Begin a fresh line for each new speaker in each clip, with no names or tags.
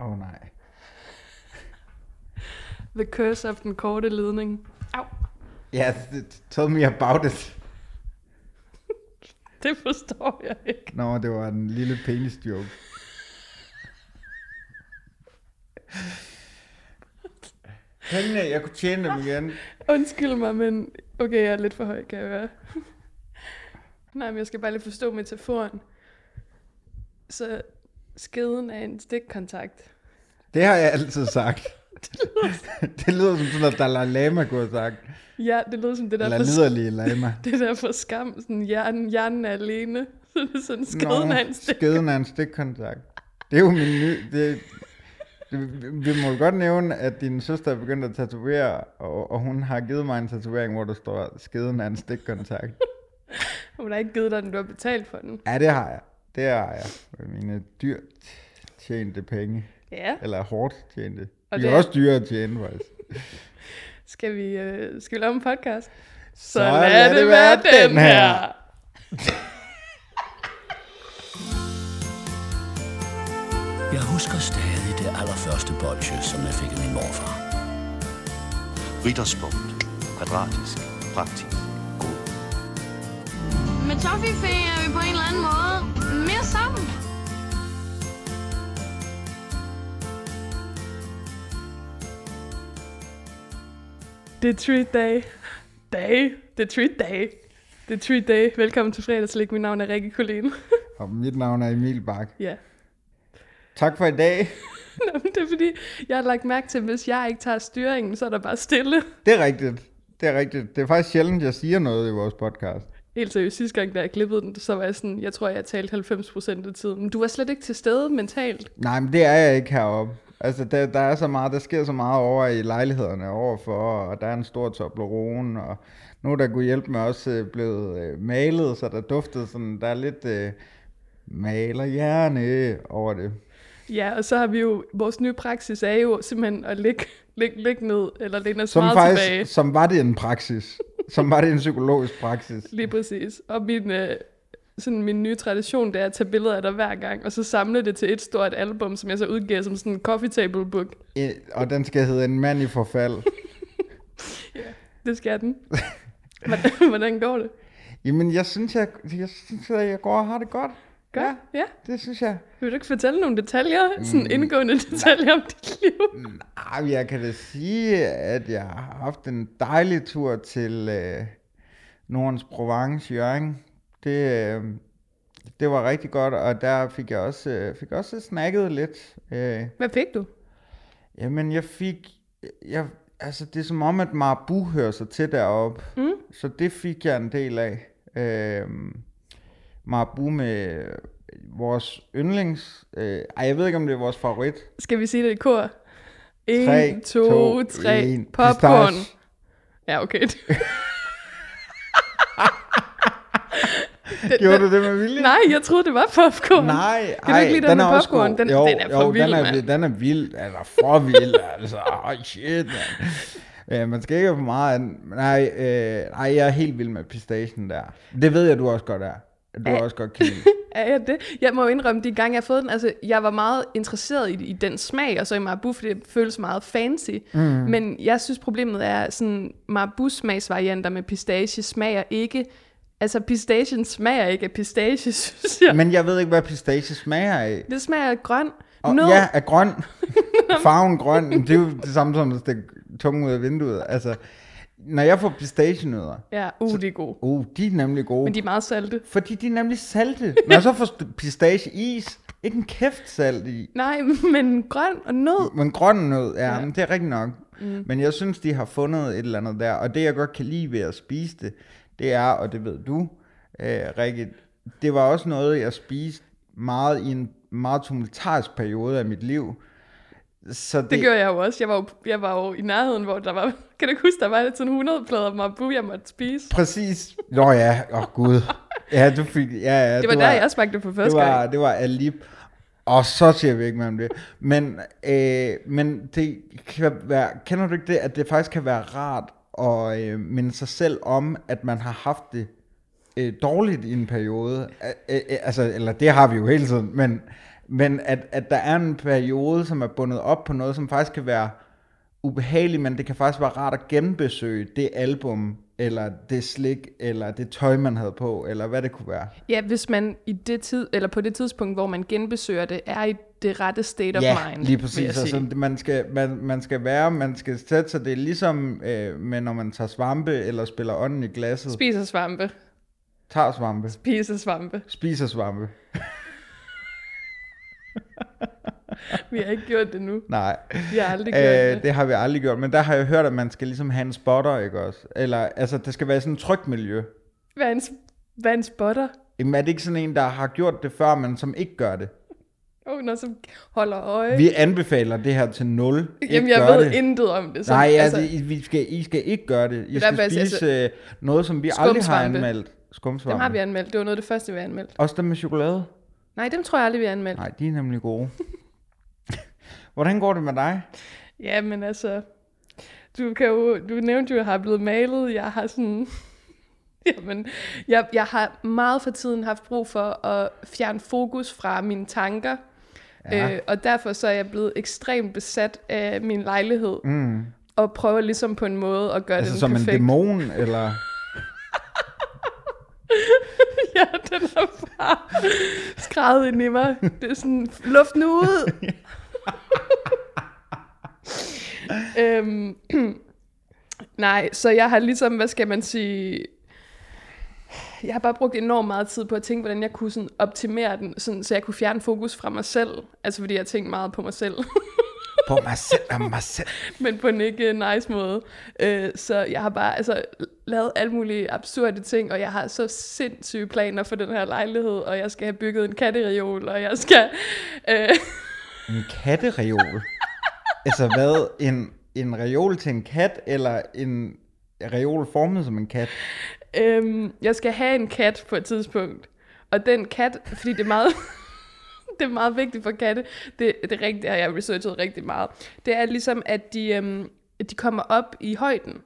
Åh oh, nej.
The curse of den korte ledning. Au,
Ja, yes, tell me about it.
det forstår jeg ikke.
Nå, det var en lille penis joke. Pengene, jeg kunne tjene dem igen.
Undskyld mig, men okay, jeg er lidt for høj, kan jeg høre. Nej, men jeg skal bare lige forstå metaforen. Så skeden er en stikkontakt.
Det har jeg altid sagt. det lyder som sådan noget, Dalai Lama kunne have sagt.
Ja, det lyder som det der
Eller
for,
liderlige lama.
det der for skam, sådan hjernen, hjernen er alene. Så det er sådan, skeden
Nå,
er en stik.
Skeden er en stikkontakt. Det er jo min ny... Det, det, vi må jo godt nævne, at din søster er begyndt at tatovere, og, og hun har givet mig en tatovering, hvor der står, skeden er en stikkontakt.
Hun har ikke givet dig den, du har betalt for den.
Ja, det har jeg. Det har jeg. Med mine dyrt tjente penge.
Ja,
Eller hårdt tjente.
Og
Og de
det
er
er-
også dyre at tjene, faktisk.
skal vi, øh, skal vi lave en podcast?
Så lad det være den her.
Jeg husker stadig det allerførste bolsje, som jeg fik af min morfar.
Ritterspunkt. Kvadratisk. Praktisk. God.
Med Toffifee er vi på en eller anden måde mere sammen.
Det er treat day. Day. Det er treat day. Det er treat day. Velkommen til fredagslæg. Mit navn er Rikke Kolin.
Og mit navn er Emil Bak.
ja.
Tak for i dag.
Nå, men det er fordi, jeg har lagt mærke til, at hvis jeg ikke tager styringen, så er der bare stille.
Det er rigtigt. Det er rigtigt. Det er faktisk sjældent, jeg siger noget i vores podcast.
Helt seriøst, sidste gang, da jeg klippede den, så var jeg sådan, jeg tror, jeg talte 90% af tiden. Men du var slet ikke til stede mentalt.
Nej, men det er jeg ikke heroppe. Altså, der, der er så meget, der sker så meget over i lejlighederne overfor, og der er en stor Toblerone, og nu der kunne hjælpe mig også øh, blevet øh, malet, så der duftede sådan, der er lidt øh, malerhjerne over det.
Ja, og så har vi jo, vores nye praksis er jo simpelthen at ligge, ligge, ligge ned, eller læne os
Som
meget
faktisk,
tilbage.
som var det en praksis. som var det en psykologisk praksis.
Lige præcis. Og min, øh, sådan min nye tradition, det er at tage billeder af dig hver gang, og så samle det til et stort album, som jeg så udgiver som sådan en coffee table book.
Øh, Og den skal hedde En mand i forfald.
Det skal den. Hvordan, hvordan går det?
Jamen, jeg synes, jeg, jeg, synes, at jeg går og har det godt.
Godt?
Ja, Mm.
Ja. ja.
det synes jeg.
Vil du ikke fortælle nogle detaljer? Sådan indgående detaljer om dit liv?
Ej, jeg kan da sige, at jeg har haft en dejlig tur til øh, Nordens Provence, Jørgen. Det, øh, det var rigtig godt, og der fik jeg også, øh, fik også snakket lidt. Øh,
Hvad fik du?
jamen, jeg fik... Jeg, altså, det er som om, at Marabu hører sig til deroppe. Mm. Så det fik jeg en del af. Øh, Marabu med vores yndlings... Øh, ej, jeg ved ikke, om det er vores favorit.
Skal vi sige det i kor? 1,
Tre,
2,
to,
3.
en.
Popcorn.
Pistache.
Ja, okay.
Gjorde du det med vilje?
Nej, jeg troede, det var popcorn.
Nej,
Kan du ikke lide den, med popcorn? Den,
jo,
den er for
jo,
vild,
den er,
mand.
Den er vild, altså for vild, altså. Oh, shit, man. Øh, man skal ikke have for meget andet. Men Nej, øh, nej, jeg er helt vild med pistachen der. Det ved jeg, du også godt er. Du er også godt kan lide.
Er jeg det? Jeg må jo indrømme, de gange jeg har fået den, altså jeg var meget interesseret i, i den smag, og så i Marabu, for det føles meget fancy. Mm. Men jeg synes, problemet er, sådan Marabu smagsvarianter med pistache smager ikke, altså pistachen smager ikke af pistache, synes jeg. Men...
Men jeg ved ikke, hvad pistache smager af.
Det smager af grøn.
Og,
Nød.
Ja, af grøn. Farven grøn, det er jo det samme som at stikke tungen ud af vinduet. Altså, når jeg får pistachenødder,
ja, uh, det er god.
oh, de er nemlig gode.
Men de er meget salte.
Fordi de er nemlig salte. Når jeg så får st- pistache-is, ikke en kæft salt i.
Nej, men grøn og nød.
Men grøn nød, ja,
Ja.
ja. Men det er rigtigt nok. Mm. Men jeg synes, de har fundet et eller andet der. Og det, jeg godt kan lide ved at spise det, det er, og det ved du, øh, Rikke, det var også noget, jeg spiste meget i en meget tumultarisk periode af mit liv. Så det,
Det gjorde jeg jo også. Jeg var jo, jeg var jo i nærheden, hvor der var... Kan du ikke huske, der var lidt sådan 100 plader Marabu, jeg måtte spise?
Præcis. Nå ja, åh oh, gud. Ja, du fik... Ja, ja,
Det var,
du
der, jeg smagte det for første
det var,
gang.
Det var Alip. Og så siger vi ikke mere om det. Men, øh, men det kan være, kender du ikke det, at det faktisk kan være rart at øh, minde sig selv om, at man har haft det øh, dårligt i en periode. Øh, øh, altså, eller det har vi jo hele tiden, men Men at, at der er en periode, som er bundet op på noget, som faktisk kan være ubehageligt, men det kan faktisk være rart at genbesøge det album, eller det slik, eller det tøj, man havde på, eller hvad det kunne være.
Ja, hvis man i det tid, eller på det tidspunkt, hvor man genbesøger det, er i det rette state of
ja,
mind.
lige
vil jeg
præcis. Altså,
sige.
man, skal, man, man skal være, man skal sætte sig. Det er ligesom, øh, med, når man tager svampe, eller spiller ånden i glasset. Sp-
Spiser svampe.
tager svampe.
Spiser svampe.
Spiser svampe.
Vi har ikke gjort det nu.
Nej.
Vi har aldrig gjort
Øh,
det.
det har vi aldrig gjort, men der har jeg hørt, at man skal ligesom have en spotter, ikke også? Eller, altså, det skal være sådan et trygt miljø.
Hvad er en, hvad er en spotter?
Jamen, er det ikke sådan en, der har gjort det før, men som ikke gør det?
Oh, når som holder øje.
Vi anbefaler det her til nul. Ikke
Jamen, jeg
gør
ved
det.
intet om det.
Nej, ja, altså, I, vi skal, I skal ikke gøre det. I
er
skal
faktisk-
spise altså, noget, som vi aldrig har
Skumsvampe.
anmeldt. Skumsvampe.
Dem har vi anmeldt. Det var noget af det første, vi anmeldte.
Også dem med chokolade?
Nej, dem tror jeg aldrig, vi anmeldte.
Nej, de er nemlig gode. Hvordan går det med dig?
Ja, men altså... Du, kan jo, du nævnte jo, at jeg har blevet malet. Jeg har sådan... Jamen, jeg, jeg har meget for tiden haft brug for at fjerne fokus fra mine tanker. Ja. Øh, og derfor så er jeg blevet ekstremt besat af min lejlighed. Mm. Og prøver ligesom på en måde at gøre
Altså
den
som
perfekt.
en dæmon, eller...
Ja, den er bare skrevet ind i mig. Det er sådan, luft nu ud! øhm, nej, så jeg har ligesom, hvad skal man sige... Jeg har bare brugt enormt meget tid på at tænke, hvordan jeg kunne sådan optimere den, sådan, så jeg kunne fjerne fokus fra mig selv. Altså fordi jeg tænkte meget på mig selv,
På mig selv, og mig selv.
men på en ikke nice måde. Øh, så jeg har bare altså, lavet alle mulige absurde ting, og jeg har så sindssyge planer for den her lejlighed, og jeg skal have bygget en kattereol, og jeg skal... Øh,
En kattereol? altså hvad? En, en reol til en kat, eller en reol formet som en kat?
Øhm, jeg skal have en kat på et tidspunkt. Og den kat, fordi det er meget, det er meget vigtigt for katte, det, det, er rigtigt, det har jeg researchet rigtig meget, det er ligesom, at de, øhm, at de kommer op i højden.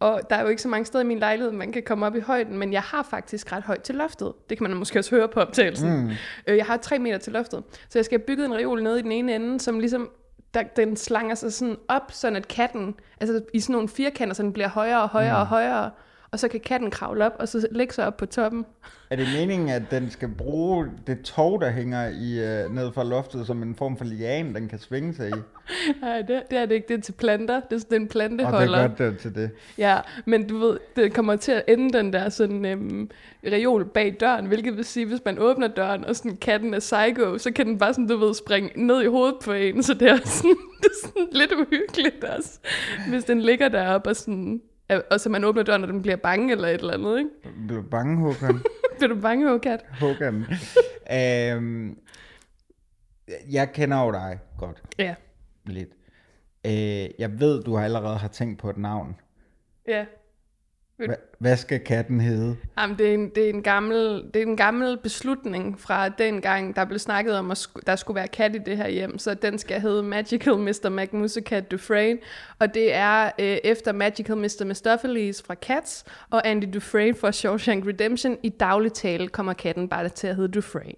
Og der er jo ikke så mange steder i min lejlighed, man kan komme op i højden, men jeg har faktisk ret højt til loftet. Det kan man måske også høre på optagelsen. Mm. Øh, jeg har 3 meter til loftet. Så jeg skal have bygget en reol nede i den ene ende, som ligesom der, den slanger sig sådan op, sådan at katten, altså i sådan nogle firkanter, så den bliver højere og højere mm. og højere, og så kan katten kravle op, og så lægge sig op på toppen.
Er det meningen, at den skal bruge det tog, der hænger i, øh, ned fra loftet, som en form for lian, den kan svinge sig i?
Nej, det, det er det ikke. Det er til planter. Det er sådan en
Og det
planteholder.
er godt det er til det.
Ja, men du ved, det kommer til at ende den der sådan øhm, reol bag døren, hvilket vil sige, hvis man åbner døren, og sådan katten er psycho, så kan den bare sådan, du ved, springe ned i hovedet på en, så det er sådan, det er sådan lidt uhyggeligt også, hvis den ligger deroppe og sådan, og så man åbner døren, og den bliver bange eller et eller andet, ikke?
Blev bange, Håkan?
Bliver du bange, oh, kat?
Håkan. øhm, jeg kender jo dig godt
Ja,
lidt. Øh, jeg ved, du allerede har tænkt på et navn.
ja.
Hva, hvad skal katten hedde?
Jamen, det, er en, det, er en gammel, det er en gammel beslutning fra dengang, der blev snakket om, at sku, der skulle være kat i det her hjem, så den skal hedde Magical Mr. McMusicat Dufresne, og det er øh, efter Magical Mr. Mistopheles fra Cats og Andy Dufresne fra Shawshank Redemption. I daglig tale kommer katten bare til at hedde Dufresne.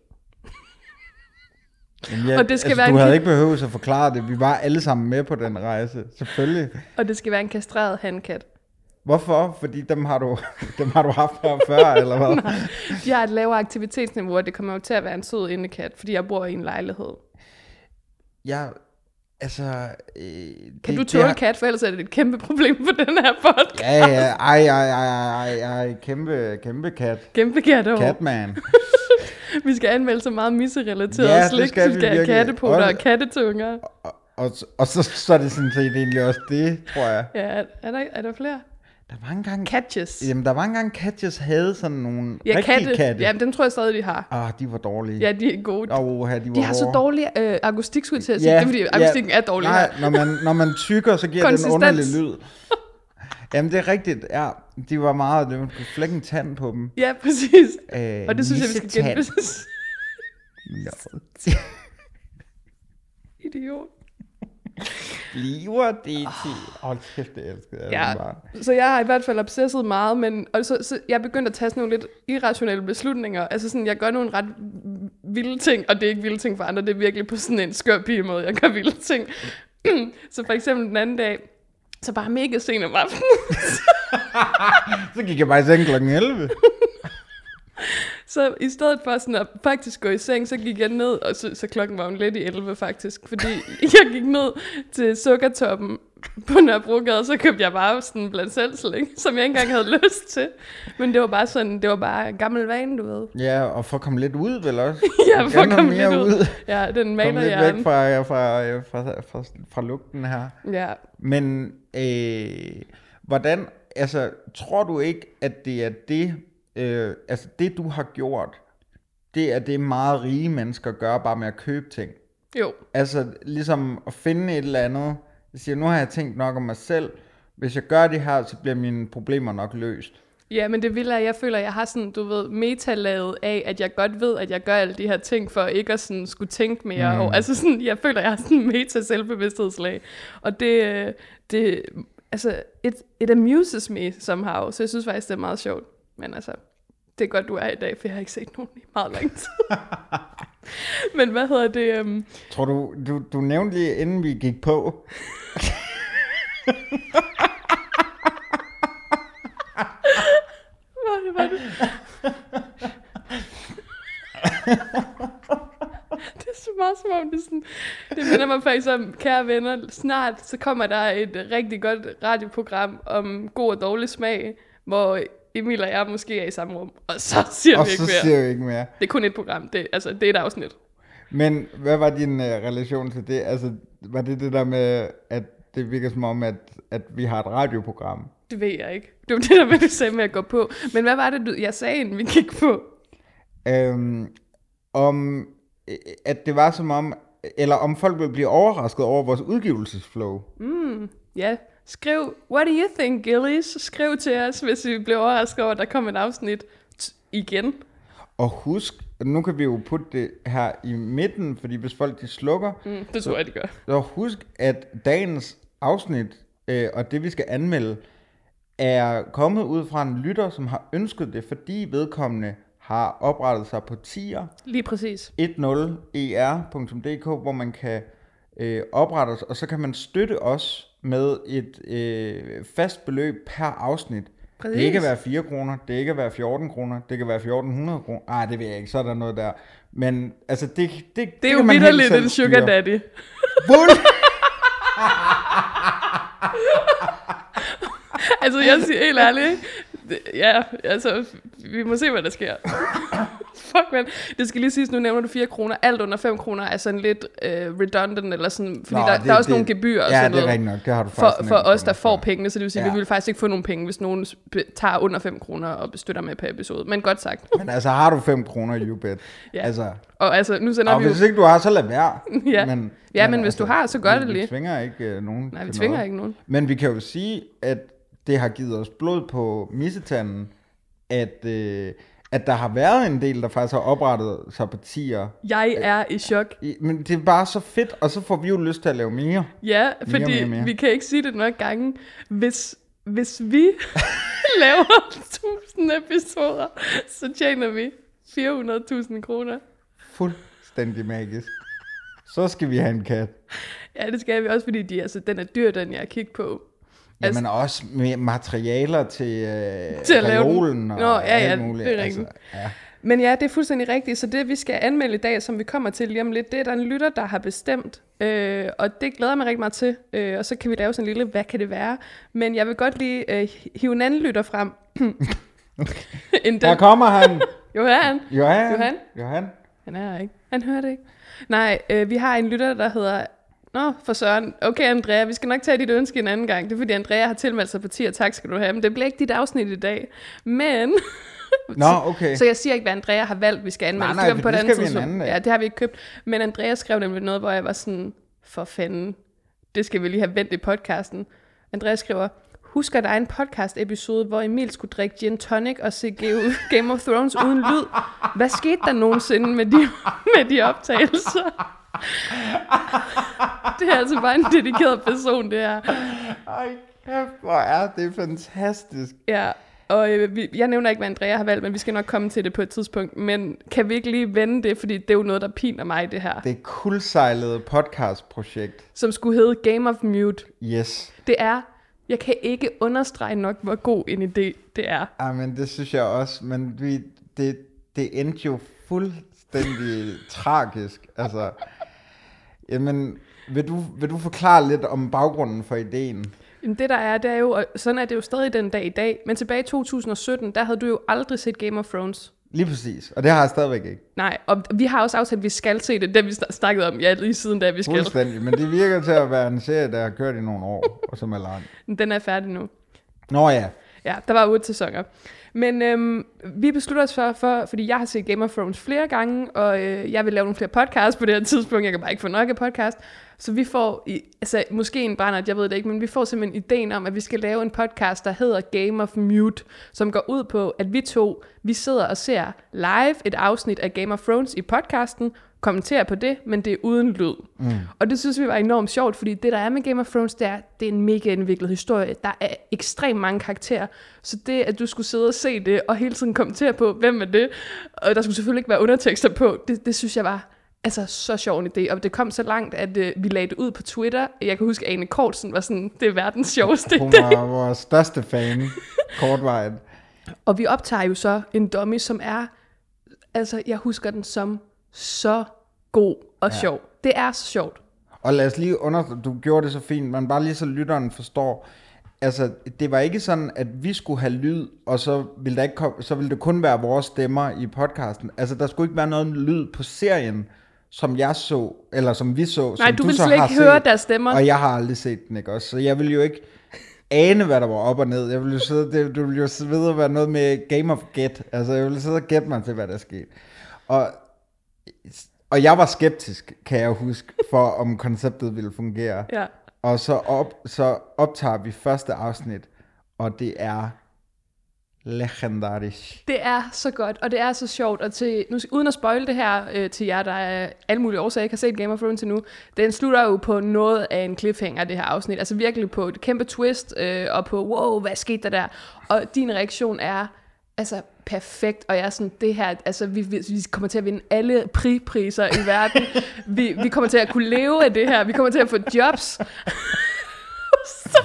Jamen, jeg,
Og det skal
altså,
være
du
en
havde
kat-
ikke behøvet at forklare det. Vi var alle sammen med på den rejse. Selvfølgelig.
Og det skal være en kastreret handkat.
Hvorfor? Fordi dem har du, dem har du haft her før, eller hvad?
De har et lavere aktivitetsniveau, og det kommer jo til at være en sød indekat, fordi jeg bor i en lejlighed.
Jeg, altså... Øh,
Kan
det-
du
det
tåle
har-
kat, for ellers er det et kæmpe problem for den her podcast.
Ja, ja, ej, ej, ej, ej, ej, ej, kæmpe, kæmpe kat.
Kæmpe kat over.
Catman.
Vi skal anmelde så meget misserelateret
Ja,
ja,
det
slik.
skal
Skal
vi
vi skal have
virkelig.
kattepoter
Også-
og kattetunger.
Og, så- og så, så er det sådan set egentlig også det, tror jeg.
Ja, er- er der, er der flere?
Der var engang...
Catches.
Jamen, der var engang Catches havde sådan nogle
Ja,
rigtige
katte.
katte.
Jamen, den tror jeg stadig, de har.
Ah, de var dårlige.
Ja, de er gode.
oh, de, var
de har så
hårde.
dårlig øh, akustik, skulle jeg til at sige. Ja, det er, fordi akustikken ja, er dårlig
Nej,
her.
når man, når man tykker, så giver den
Konsistens.
underlig lyd. Jamen, det er rigtigt, ja. De var meget... Det var flækken tand på dem.
Ja, præcis.
Øh,
og det synes jeg, vi skal
nissetand.
genbesøge.
Ja.
Idiot.
Bliver det til... Hold kæft, det elskede jeg
Ah. Ja,
den bare.
så jeg har i hvert fald obsesset meget, men og så, så jeg er begyndt at tage sådan nogle lidt irrationelle beslutninger. Altså sådan, jeg gør nogle ret vilde ting, og det er ikke vilde ting for andre, det er virkelig på sådan en skør pige måde, jeg gør vilde ting. så for eksempel den anden dag, så bare mega sent om aftenen,
Så gik jeg bare i seng kl. 11.
Så i stedet for sådan at faktisk gå i seng, så gik jeg ned, og så, så klokken var jo lidt i 11 faktisk, fordi jeg gik ned til sukkertoppen på Nørrebrogade, og så købte jeg bare sådan en blandt selv slik, som jeg ikke engang havde lyst til. Men det var bare sådan, det var bare en gammel vane, du ved.
Ja, og for at komme lidt ud, vel også?
Ja,
Gerne
for at
noget
komme
mere
lidt ud. Ja, den
Kom
maler
lidt
jeg.
væk fra, fra, fra, fra, fra lugten her.
Ja.
Men øh, hvordan, altså, tror du ikke, at det er det, øh, altså det du har gjort, det er det meget rige mennesker gør, bare med at købe ting?
Jo.
Altså ligesom at finde et eller andet, jeg siger, nu har jeg tænkt nok om mig selv, hvis jeg gør det her, så bliver mine problemer nok løst.
Ja, men det vilde er, at jeg føler, at jeg har sådan, du ved, metalaget af, at jeg godt ved, at jeg gør alle de her ting, for ikke at sådan skulle tænke mere. Mm. Og, altså sådan, jeg føler, at jeg har sådan en meta-selvbevidsthedslag. Og det, øh, det altså, it, it amuses me somehow, så jeg synes faktisk, det er meget sjovt. Men altså, det er godt, du er i dag, for jeg har ikke set nogen i meget lang tid. men hvad hedder det? øhm,
Tror du, du, du nævnte lige, inden vi gik på,
Hvad var det? det er så meget som om, det, er sådan, det minder mig faktisk om, kære venner, snart så kommer der et rigtig godt radioprogram om god og dårlig smag, hvor Emil og jeg måske er i samme rum, og så siger
og
vi ikke
så
mere.
siger jeg ikke mere.
Det er kun et program, det, altså det er et afsnit.
Men hvad var din øh, relation til det? Altså, var det det der med, at det virker som om, at, at vi har et radioprogram?
Det ved jeg ikke. Det var det, der var, du sagde med at gå på. Men hvad var det, du, jeg sagde, inden vi gik på?
Øhm, om, øh, at det var som om, eller om folk ville blive overrasket over vores udgivelsesflow.
Ja, skriv, what do you think, Gillies? Skriv til os, hvis I bliver overrasket over, at der kommer et afsnit t- igen.
Og husk, nu kan vi jo putte det her i midten, fordi hvis folk de slukker, mm.
Det tror jeg, de gør.
så husk, at dagens afsnit øh, og det vi skal anmelde, er kommet ud fra en lytter, som har ønsket det, fordi vedkommende har oprettet sig på tier.
Lige præcis.
E 10er.dk, hvor man kan øh, oprette os, og så kan man støtte os med et øh, fast beløb per afsnit. Præcis. Det
Præcis.
kan være 4 kroner, det kan være 14 kroner, det kan være 1400 kroner. Nej, det ved jeg ikke, så er der noget der. Men altså, det, det,
Det er
kan
jo
man helt
vidderligt
selv
en sugar
styre.
daddy.
Fuld-
Altså, jeg siger helt ærligt, ikke? Det- ja, altså, vi må se, hvad der sker. Fuck, man. Det skal lige siges, nu nævner du 4 kroner. Alt under 5 kroner er sådan lidt øh, redundant, eller sådan, fordi Nå,
Nå,
der,
det-
der er også
det-
nogle gebyrer og
ja,
sådan
det er
noget.
rigtigt nok. Det har du
for,
faktisk
for
nævnt
os,
for
der
mig
får
før.
pengene, så det vil sige, ja.
Ja.
vi vil faktisk ikke få nogen penge, hvis nogen sp- tager under 5 kroner og støtter med per episode. Men godt sagt.
Men altså, har du 5 kroner, you bet.
Ja.
Altså,
Og altså, nu sender
og
vi jo...
hvis ikke du har, Ah, så lad være. altså,
Ja. Ja, men hvis du har, så gør
vi-
det
Vi
lige.
tvinger ikke øh, nogen
Nej, vi
til
tvinger
noget.
ikke nogen.
Men vi kan jo sige, at det har givet os blod på missetanden, at, øh, at der har været en del, der faktisk har oprettet sig partier.
Jeg er i chok.
I- Men det er bare så fedt, og så får vi jo lyst til at lave mere.
Ja, fordi
mere, mere.
vi kan ikke sige det nok gange. Hvis, hvis vi laver 1000 episoder, så tjener vi 400.000 kroner.
Fuldstændig magisk. Så skal vi have en kat.
Ja, det skal vi også, fordi de, altså, den er dyr, den jeg har kigget på. Altså-
Jamen også med materialer til, øh,
Til at lave den.
reolen og
Nå, ja, ja,
alt muligt. Altså,
det er rigtigt.
ja.
Men ja, det er fuldstændig rigtigt. Så det, vi skal anmelde i dag, som vi kommer til lige om lidt, det er der en lytter, der har bestemt. Øh, og det glæder jeg mig rigtig meget til. Øh, og så kan vi lave sådan en lille, hvad kan det være? Men jeg vil godt lige øh, hive en anden lytter frem. End
Der
den.
kommer han.
Johan.
Johan.
Johan?
Johan.
Han er her ikke. Han hører det ikke. Nej, øh, vi har en lytter, der hedder... Nå, for søren. Okay, Andrea, vi skal nok tage dit ønske en anden gang. Det er, fordi Andrea har tilmeldt sig partier. Tak skal du have. Men det bliver ikke dit afsnit i dag. Men...
Nå, okay.
Så jeg siger ikke, hvad Andrea har valgt, vi skal anmelde.
Nej, nej,
Det gør vi
for
på et
det
andet
skal vi en
tidspunkt.
anden dag.
Ja, det har vi ikke købt. Men Andrea skrev nemlig noget, hvor jeg var sådan, for fanden, det skal vi lige have vendt i podcasten. Andrea skriver, husker der er en podcast episode, hvor Emil skulle drikke gin tonic og se Ge- Game of Thrones uden lyd. Hvad skete der nogensinde med de, med de optagelser? Det er altså bare en dedikeret person, det her.
Ej, kæft, hvor er det fantastisk.
Ja, Og øh, vi, jeg nævner ikke, hvad Andrea har valgt, men vi skal nok komme til det på et tidspunkt. Men kan vi ikke lige vende det, fordi det er jo noget, der piner mig, det her. Det.
Det kuldsejlede podcastprojekt.
Som skulle hedde Game of Mute.
Yes.
Det er, jeg kan ikke understrege nok, hvor god en idé det er.
Ej, men det synes jeg også, men vi, det, det endte jo fuldstændig tragisk. Altså, jamen, vil du, vil du forklare lidt om baggrunden for ideen?
Jamen, det der er, det er jo, og sådan er det jo stadig den dag i dag, men tilbage i 2017, der havde du jo aldrig set Game of Thrones.
Lige præcis, og det har jeg stadigvæk ikke.
Nej, og vi har også aftalt, at vi skal se det, det vi snak- snakkede om, ja, lige siden da vi skal.
Fuldstændig, men det virker til at være en serie, der har kørt i nogle år, og som er lang.
Den er færdig nu.
Nå ja,
Ja, der var otte sæsoner. Men øhm, vi beslutter os for, for, fordi jeg har set Game of Thrones flere gange, og øh, jeg vil lave nogle flere podcasts på det her tidspunkt. Jeg kan bare ikke få nok af podcast. Så vi får, i, altså måske en brændert, jeg ved det ikke, men vi får simpelthen ideen om, at vi skal lave en podcast, der hedder Game of Mute, som går ud på, at vi to, vi sidder og ser live et afsnit af Game of Thrones i podcasten, kommenterer på det, men det er uden lyd. Mm. Og det synes vi var enormt sjovt, fordi det, der er med Game of Thrones, det er, det er en mega indviklet historie. Der er ekstremt mange karakterer, så det, at du skulle sidde og se det, og hele tiden kommentere på, hvem er det, og der skulle selvfølgelig ikke være undertekster på, det, det synes jeg var altså så sjov en idé, og det kom så langt, at øh, vi lagde det ud på Twitter. Jeg kan huske, at Ane Kortsen var sådan, det er verdens sjoveste
hun var vores største fan, kortvejen.
Og vi optager jo så en dummy, som er, altså jeg husker den som så god og ja. sjov. Det er så sjovt.
Og lad os lige under, du gjorde det så fint, men bare lige så lytteren forstår, altså det var ikke sådan, at vi skulle have lyd, og så ville, der ikke komme, så ville det kun være vores stemmer i podcasten. Altså der skulle ikke være noget lyd på serien, som jeg så, eller som vi så,
Nej,
som
du ville
så
slet
har
ikke høre
set,
deres stemmer.
Og jeg har aldrig set den, ikke også? Så jeg ville jo ikke ane, hvad der var op og ned. Jeg ville jo sidde, det, du ville jo sidde og være noget med Game of Get. Altså, jeg ville sidde og gætte mig til, hvad der skete. Og og jeg var skeptisk, kan jeg huske, for om konceptet ville fungere.
Ja.
Og så, op, så optager vi første afsnit, og det er legendarisk.
Det er så godt, og det er så sjovt. Og til, nu, uden at spoil det her øh, til jer, der er alle mulige årsager ikke har set Game of Thrones endnu, den slutter jo på noget af en cliffhanger, det her afsnit. Altså virkelig på et kæmpe twist, øh, og på, wow, hvad skete der der? Og din reaktion er, altså perfekt, og jeg er sådan, det her, altså vi, vi, vi kommer til at vinde alle pripriser i verden. Vi, vi kommer til at kunne leve af det her, vi kommer til at få jobs. så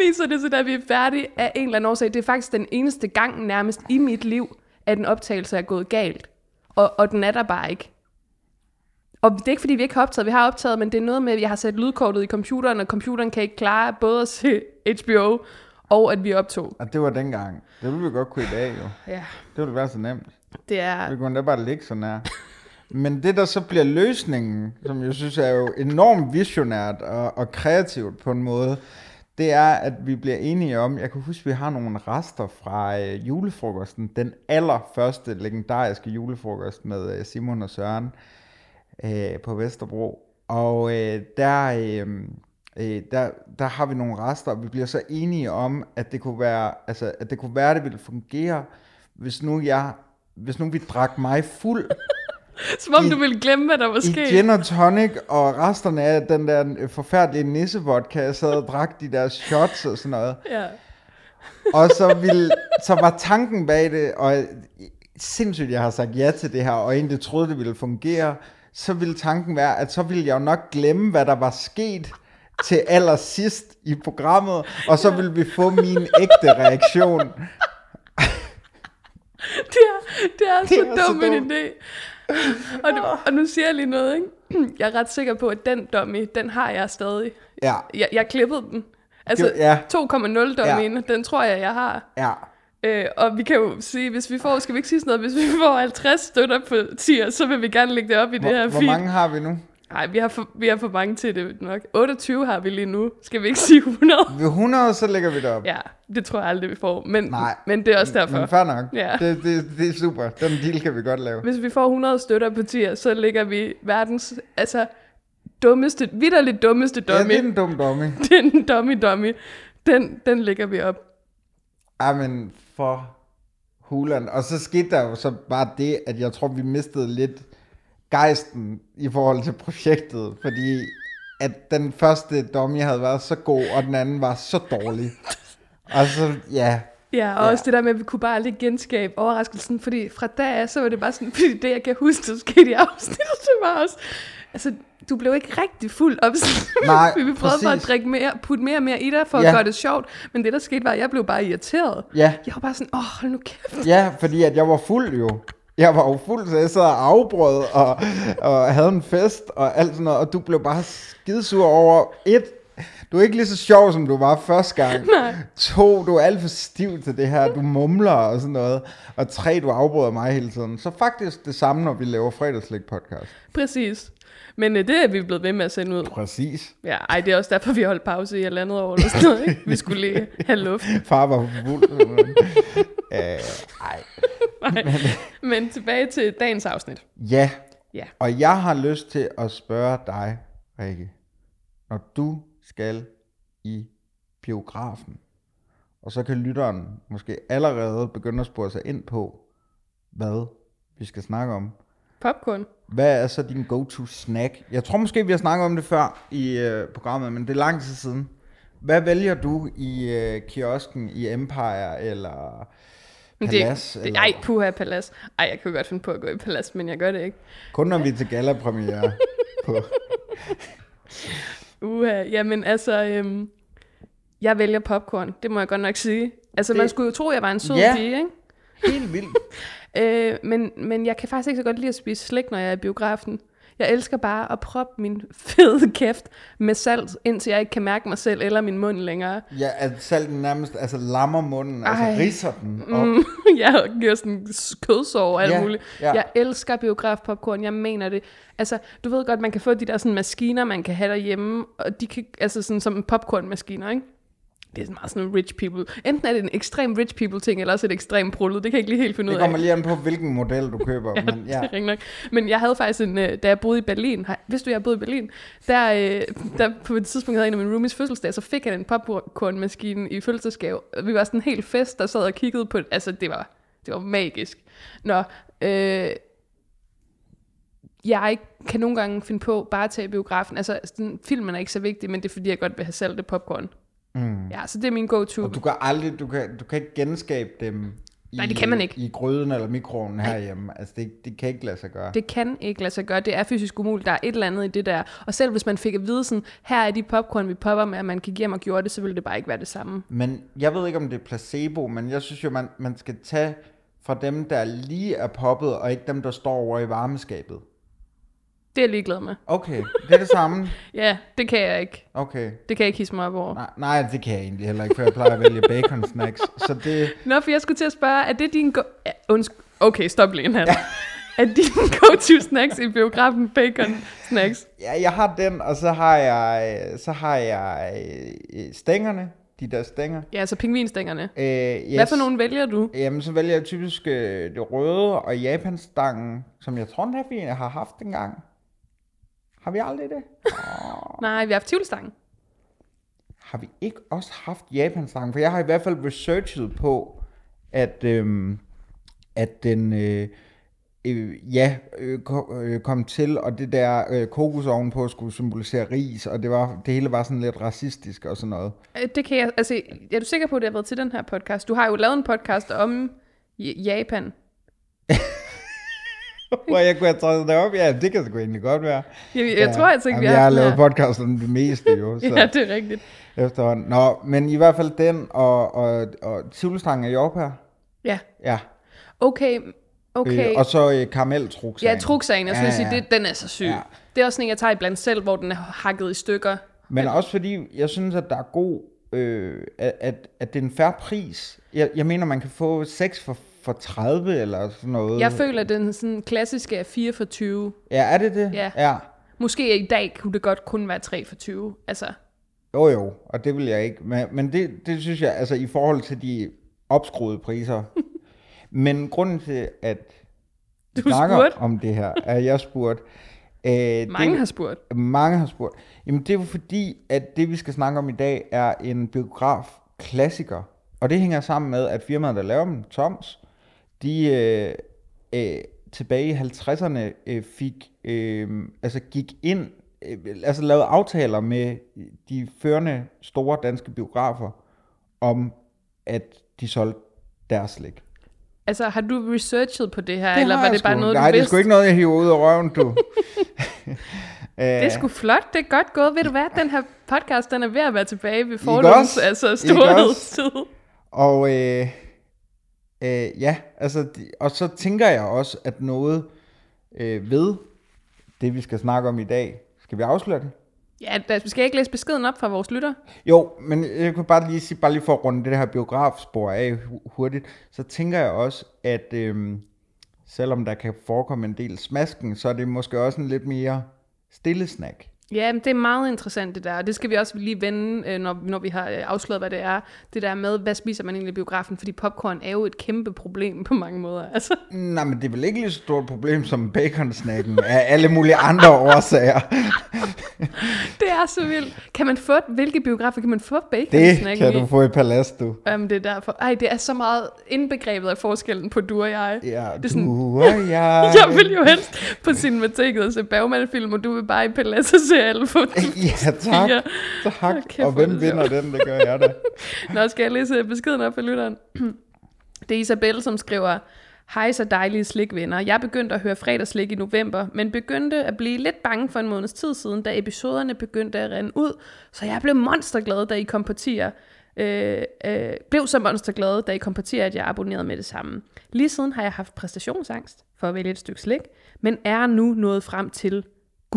viser det sig, at vi er færdige af en eller anden årsag. Det er faktisk den eneste gang nærmest i mit liv, at en optagelse er gået galt. Og, og den er der bare ikke. Og det er ikke, fordi vi ikke har optaget. Vi har optaget, men det er noget med, at jeg har sat lydkortet i computeren, og computeren kan ikke klare både at se HBO og at vi optog.
Og det var dengang. Det ville vi godt kunne i dag, jo.
Ja,
Det ville være så nemt.
det
Vi
er...
kunne da bare ligge sådan her. Men det, der så bliver løsningen, som jeg synes er jo enormt visionært og, og kreativt på en måde, det er, at vi bliver enige om, jeg kan huske, vi har nogle rester fra øh, julefrokosten, den allerførste legendariske julefrokost med øh, Simon og Søren øh, på Vesterbro. Og øh, der, øh, øh, der, der har vi nogle rester, og vi bliver så enige om, at det kunne være, altså, at det, kunne være, det ville fungere, hvis nu, jeg, hvis nu vi drak mig fuld
Som om
I-
du ville glemme, hvad der var
i
sket.
gin og tonic, og resterne af den der forfærdelige nissevodka, jeg sad og drak de der shots og sådan noget.
Ja.
Og så, ville, så var tanken bag det, og sindssygt, jeg har sagt ja til det her, og egentlig troede, det ville fungere, så ville tanken være, at så ville jeg jo nok glemme, hvad der var sket til allersidst i programmet, og så ville vi få min ægte reaktion.
Det er, det er, det så,
er
er
så
dum så en
dumt.
idé. Og, nu, og nu siger jeg lige noget, ikke? Jeg er ret sikker på, at den dummy, den har jeg stadig.
Ja,
Jeg, jeg klippede den. Altså,
Det- ja.
2,0 dummyen, den tror jeg, jeg har.
ja.
Øh, og vi kan jo sige, hvis vi får, skal vi ikke sige sådan noget, hvis vi får 50 støtter på tier, så vil vi gerne lægge det op i det her
Hvor, hvor
feed.
mange har vi nu?
Nej, vi, har for, vi har for mange til det nok. 28 har vi lige nu. Skal vi ikke sige 100?
Ved 100, så lægger vi det op.
Ja, det tror jeg aldrig, vi får. Men,
Nej.
men det er også derfor.
Men fair nok.
Ja.
Det, det, det er super. Den deal kan vi godt lave.
Hvis vi får 100 støtter på tier, så ligger vi verdens altså, dummeste, vidderligt dummeste
Ja,
dummy.
det er en dum dummy.
den dummy dummy, den, den ligger vi op.
Ej, men for hulen. Og så skete der jo så bare det, at jeg tror, vi mistede lidt gejsten i forhold til projektet, fordi at den første dummy havde været så god, og den anden var så dårlig. Og så, ja,
Ja, og ja. også det der med, at vi kunne bare aldrig genskabe overraskelsen, fordi fra da af, så var det bare sådan, fordi det, jeg kan huske, der skete i afsnittet, så var også, altså, du blev ikke rigtig fuld op,
Nej,
vi prøvede bare at
præcis.
drikke mere, putte mere og mere i dig, for ja.
Ja.
at gøre det sjovt, men det der skete var, at jeg blev bare irriteret.
Ja.
Jeg var bare sådan, åh, oh, hold nu kæft.
Ja, fordi at jeg var fuld jo. Jeg var jo fuld, så jeg sad og afbrød og, og havde en fest og alt sådan noget, og du blev bare skidesur over et. Du er ikke lige så sjov, som du var første gang. Nej. To, du er alt for stiv til det her, du mumler og sådan noget. Og tre, du afbryder mig hele tiden. Så faktisk det samme, når vi laver fredagslæg podcast.
Præcis. Men øh, det er vi blevet ved med at sende ud.
Præcis.
Ja, ej, det er også derfor, vi holdt pause i halvandet år eller sådan noget, ikke? Vi skulle lige have luft.
Far var fuld. øh, ej.
Men tilbage til dagens afsnit.
Ja,
Ja.
og jeg har lyst til at spørge dig, Rikke, når du skal i biografen, og så kan lytteren måske allerede begynde at spore sig ind på, hvad vi skal snakke om.
Popcorn.
Hvad er så din go-to snack? Jeg tror måske, vi har snakket om det før i øh, programmet, men det er lang tid siden. Hvad vælger du i øh, kiosken i Empire eller
Men
Palace?
det, det,
eller?
ej, puha, palas. Ej, jeg kunne godt finde på at gå i palas, men jeg gør det ikke.
Kun når vi er til gallapremiere på
Uha, jamen altså, øhm, jeg vælger popcorn, det må jeg godt nok sige. Altså, det... man skulle jo tro, jeg var en sød
Ja.
pige, ikke?
helt vildt
Øh, men, men jeg kan faktisk ikke så godt lide at spise slik, når jeg er i biografen. Jeg elsker bare at proppe min fede kæft med salt, indtil jeg ikke kan mærke mig selv eller min mund længere.
Ja, at salten nærmest altså lammer munden, Ej. altså
Ej.
riser den op. Mm.
Mm, jeg gør sådan kødsår og alt
Ja,
muligt.
ja.
Jeg elsker biografpopcorn, jeg mener det. Altså, du ved godt, man kan få de der sådan maskiner, man kan have derhjemme, og de kan, altså sådan som popcornmaskiner, ikke? Det er sådan meget sådan rich people. Enten er det en ekstrem rich people ting, eller også et ekstremt prullet. Det kan jeg ikke lige helt finde
Det
ud af.
kommer lige an på, hvilken model du køber. ja, men ja.
Det er rigtig nok. Men jeg havde faktisk en, øh, da jeg boede i Berlin, har- vidste du, jeg boede i Berlin, der, øh, der på et tidspunkt havde en af mine roomies fødselsdag, så fik han en popcornmaskine i fødselsdagsgave. Og Vi var sådan helt fest, der sad og kiggede på det. Altså, det var, det var magisk. Nå, øh, jeg kan nogle gange finde på bare at tage i biografen. Altså, sådan, filmen er ikke så vigtig, men det er fordi, jeg godt vil have saltet popcorn. Mm. Ja, så det er min go-to.
Og du kan aldrig, du kan, du kan ikke genskabe dem i,
Nej, det kan man ikke.
i gryden eller mikroovnen herhjemme. Altså, det, det kan ikke lade sig gøre. Det,
Det kan ikke lade sig gøre. Det er fysisk umuligt. Der er et eller andet i det der. Og selv hvis man fik at vide sådan, her er de popcorn, vi popper med, at man gik hjem og gjorde det, så ville det bare ikke være det samme.
men jeg ved ikke, om det er placebo, men jeg synes jo, man, man skal tage fra dem, der lige er poppet, og ikke dem, der står over i varmeskabet.
Det er jeg ligeglad med.
Okay, det er det samme.
Ja, det kan jeg ikke.
Okay.
Det kan jeg ikke hisse mig op over.
Nej, nej, det kan jeg egentlig heller ikke, for jeg plejer at vælge bacon snacks. Så det,
Nå, for jeg skulle til at spørge, er det din... Go- ja, undskyld. Okay, stop lige her. Er din go-to snacks i biografen bacon snacks?
Ja, jeg har den, og så har jeg, øh, så har jeg øh, stængerne, de der stænger.
Ja, altså pingvinstængerne.
Øh, yes.
Hvad for nogle vælger du?
Jamen, så vælger jeg typisk øh, det røde og japanstangen, som jeg tror, den her vi har haft engang. Har vi aldrig det?
Nej, vi har haft tivlestangen.
Har vi ikke også haft japanstangen? For jeg har i hvert fald researchet på, at, øhm, at den øh, øh, ja, øh, ko- øh, kom til, og det der øh, kokos ovenpå skulle symbolisere ris, og det, var, det hele var sådan lidt racistisk og sådan noget.
Øh, Det kan jeg... Altså, er du sikker på, at det har været til den her podcast? Du har jo lavet en podcast om J- Japan.
Hvor jeg kunne have taget det op. Ja, det kan sgu egentlig godt være.
Jeg, jeg ja. tror altså ikke,
Jamen,
vi
jeg har
haft den
lavet
her.
podcast om det meste jo, så
Ja, det er rigtigt.
efterhånden. Nå, men i hvert fald den og, og, og Tivlestangen og Jordbær.
Ja.
Ja.
Okay, okay.
Øh, og så øh, karameltruksagen.
ja, truksagen, jeg skulle ja, sige, det, den er så syg. Ja.
Ja.
Det er også sådan en, jeg tager iblandt selv, hvor den er hakket i stykker.
Men også fordi, jeg synes, at der er god, øh, at, at, at det er en færre pris. Jeg, jeg mener, man kan få 6 for, for 30 eller sådan noget.
Jeg føler, at den sådan klassiske er 4 for 20.
Ja, er det det?
Ja.
ja.
Måske i dag kunne det godt kun være 3 for 20. Altså,
Jo jo, og det vil jeg ikke. Men, men det, det synes jeg, altså i forhold til de opskruede priser. men grunden til, at vi
Du
snakker
spurgte.
om det her, er jeg spurgt. Øh,
mange
det,
har spurgt.
mange har spurgt. Jamen det er jo fordi, at det vi skal snakke om i dag er en biograf-klassiker. Og det hænger sammen med, at firmaet, der laver dem, Toms, de øh, øh, tilbage i 50'erne øh, fik, øh, altså gik ind, øh, altså lavede aftaler med de førende store danske biografer om, at de solgte deres slik.
Altså, har du researchet på det her,
Det
eller
har
var
jeg
det bare
sgu.
noget,
Nej,
du
det er
vidste?
sgu ikke noget, jeg hiver ud af røven, du.
Det er sgu flot, det er godt gået. Ved du hvad, den her podcast, den er ved at være tilbage ved fordoms,
også?
altså
Ikke også?
storhedstid.
Og øh, øh, ja, altså, de- og så tænker jeg også, at noget øh, ved det, vi skal snakke om i dag, skal vi afsløre det?
Ja, da, skal jeg ikke læse beskeden op fra vores lytter?
Jo, men jeg kunne bare lige sige, bare lige for at runde det her biografspor af hu- hurtigt, så tænker jeg også, at øhm, selvom der kan forekomme en del smasken, så er det måske også en lidt mere stille snak.
Ja, men det er meget interessant det der, og det skal vi også lige vende, øh, når, når vi har øh, afsløret, hvad det er. Det der med, hvad spiser man egentlig i biografen, fordi popcorn er jo et kæmpe problem på mange måder. Altså,
Nej, men det er vel ikke lige så stort et problem som baconsnacken af alle mulige andre årsager.
det er så vildt. Kan man få, hvilke biografer kan man få bacon
Det kan du få i palast, du.
Jamen, det er derfor. Ej, det er så meget indbegrebet af forskellen på du og jeg.
Ja,
det er sådan,
du og jeg.
jeg vil jo helst på cinemateket og se Bergman-film, og du vil bare i paladset og se alle på
Ja, tak.
Ja.
tak.
Kæft,
og
hvor er
hvem
det
vinder den, det gør jeg da.
Nå, skal jeg læse beskeden op for lytteren? Det er Isabel, som skriver, Hej så dejlige slikvenner. Jeg begyndte at høre fredagsslik i november, men begyndte at blive lidt bange for en måneds tid siden, da episoderne begyndte at rende ud, så jeg blev monsterglad, da I kom på tier. Øh, øh, blev så monsterglad, da I kom på tier, at jeg abonnerede med det samme. Lige siden har jeg haft præstationsangst for at vælge et stykke slik, men er nu nået frem til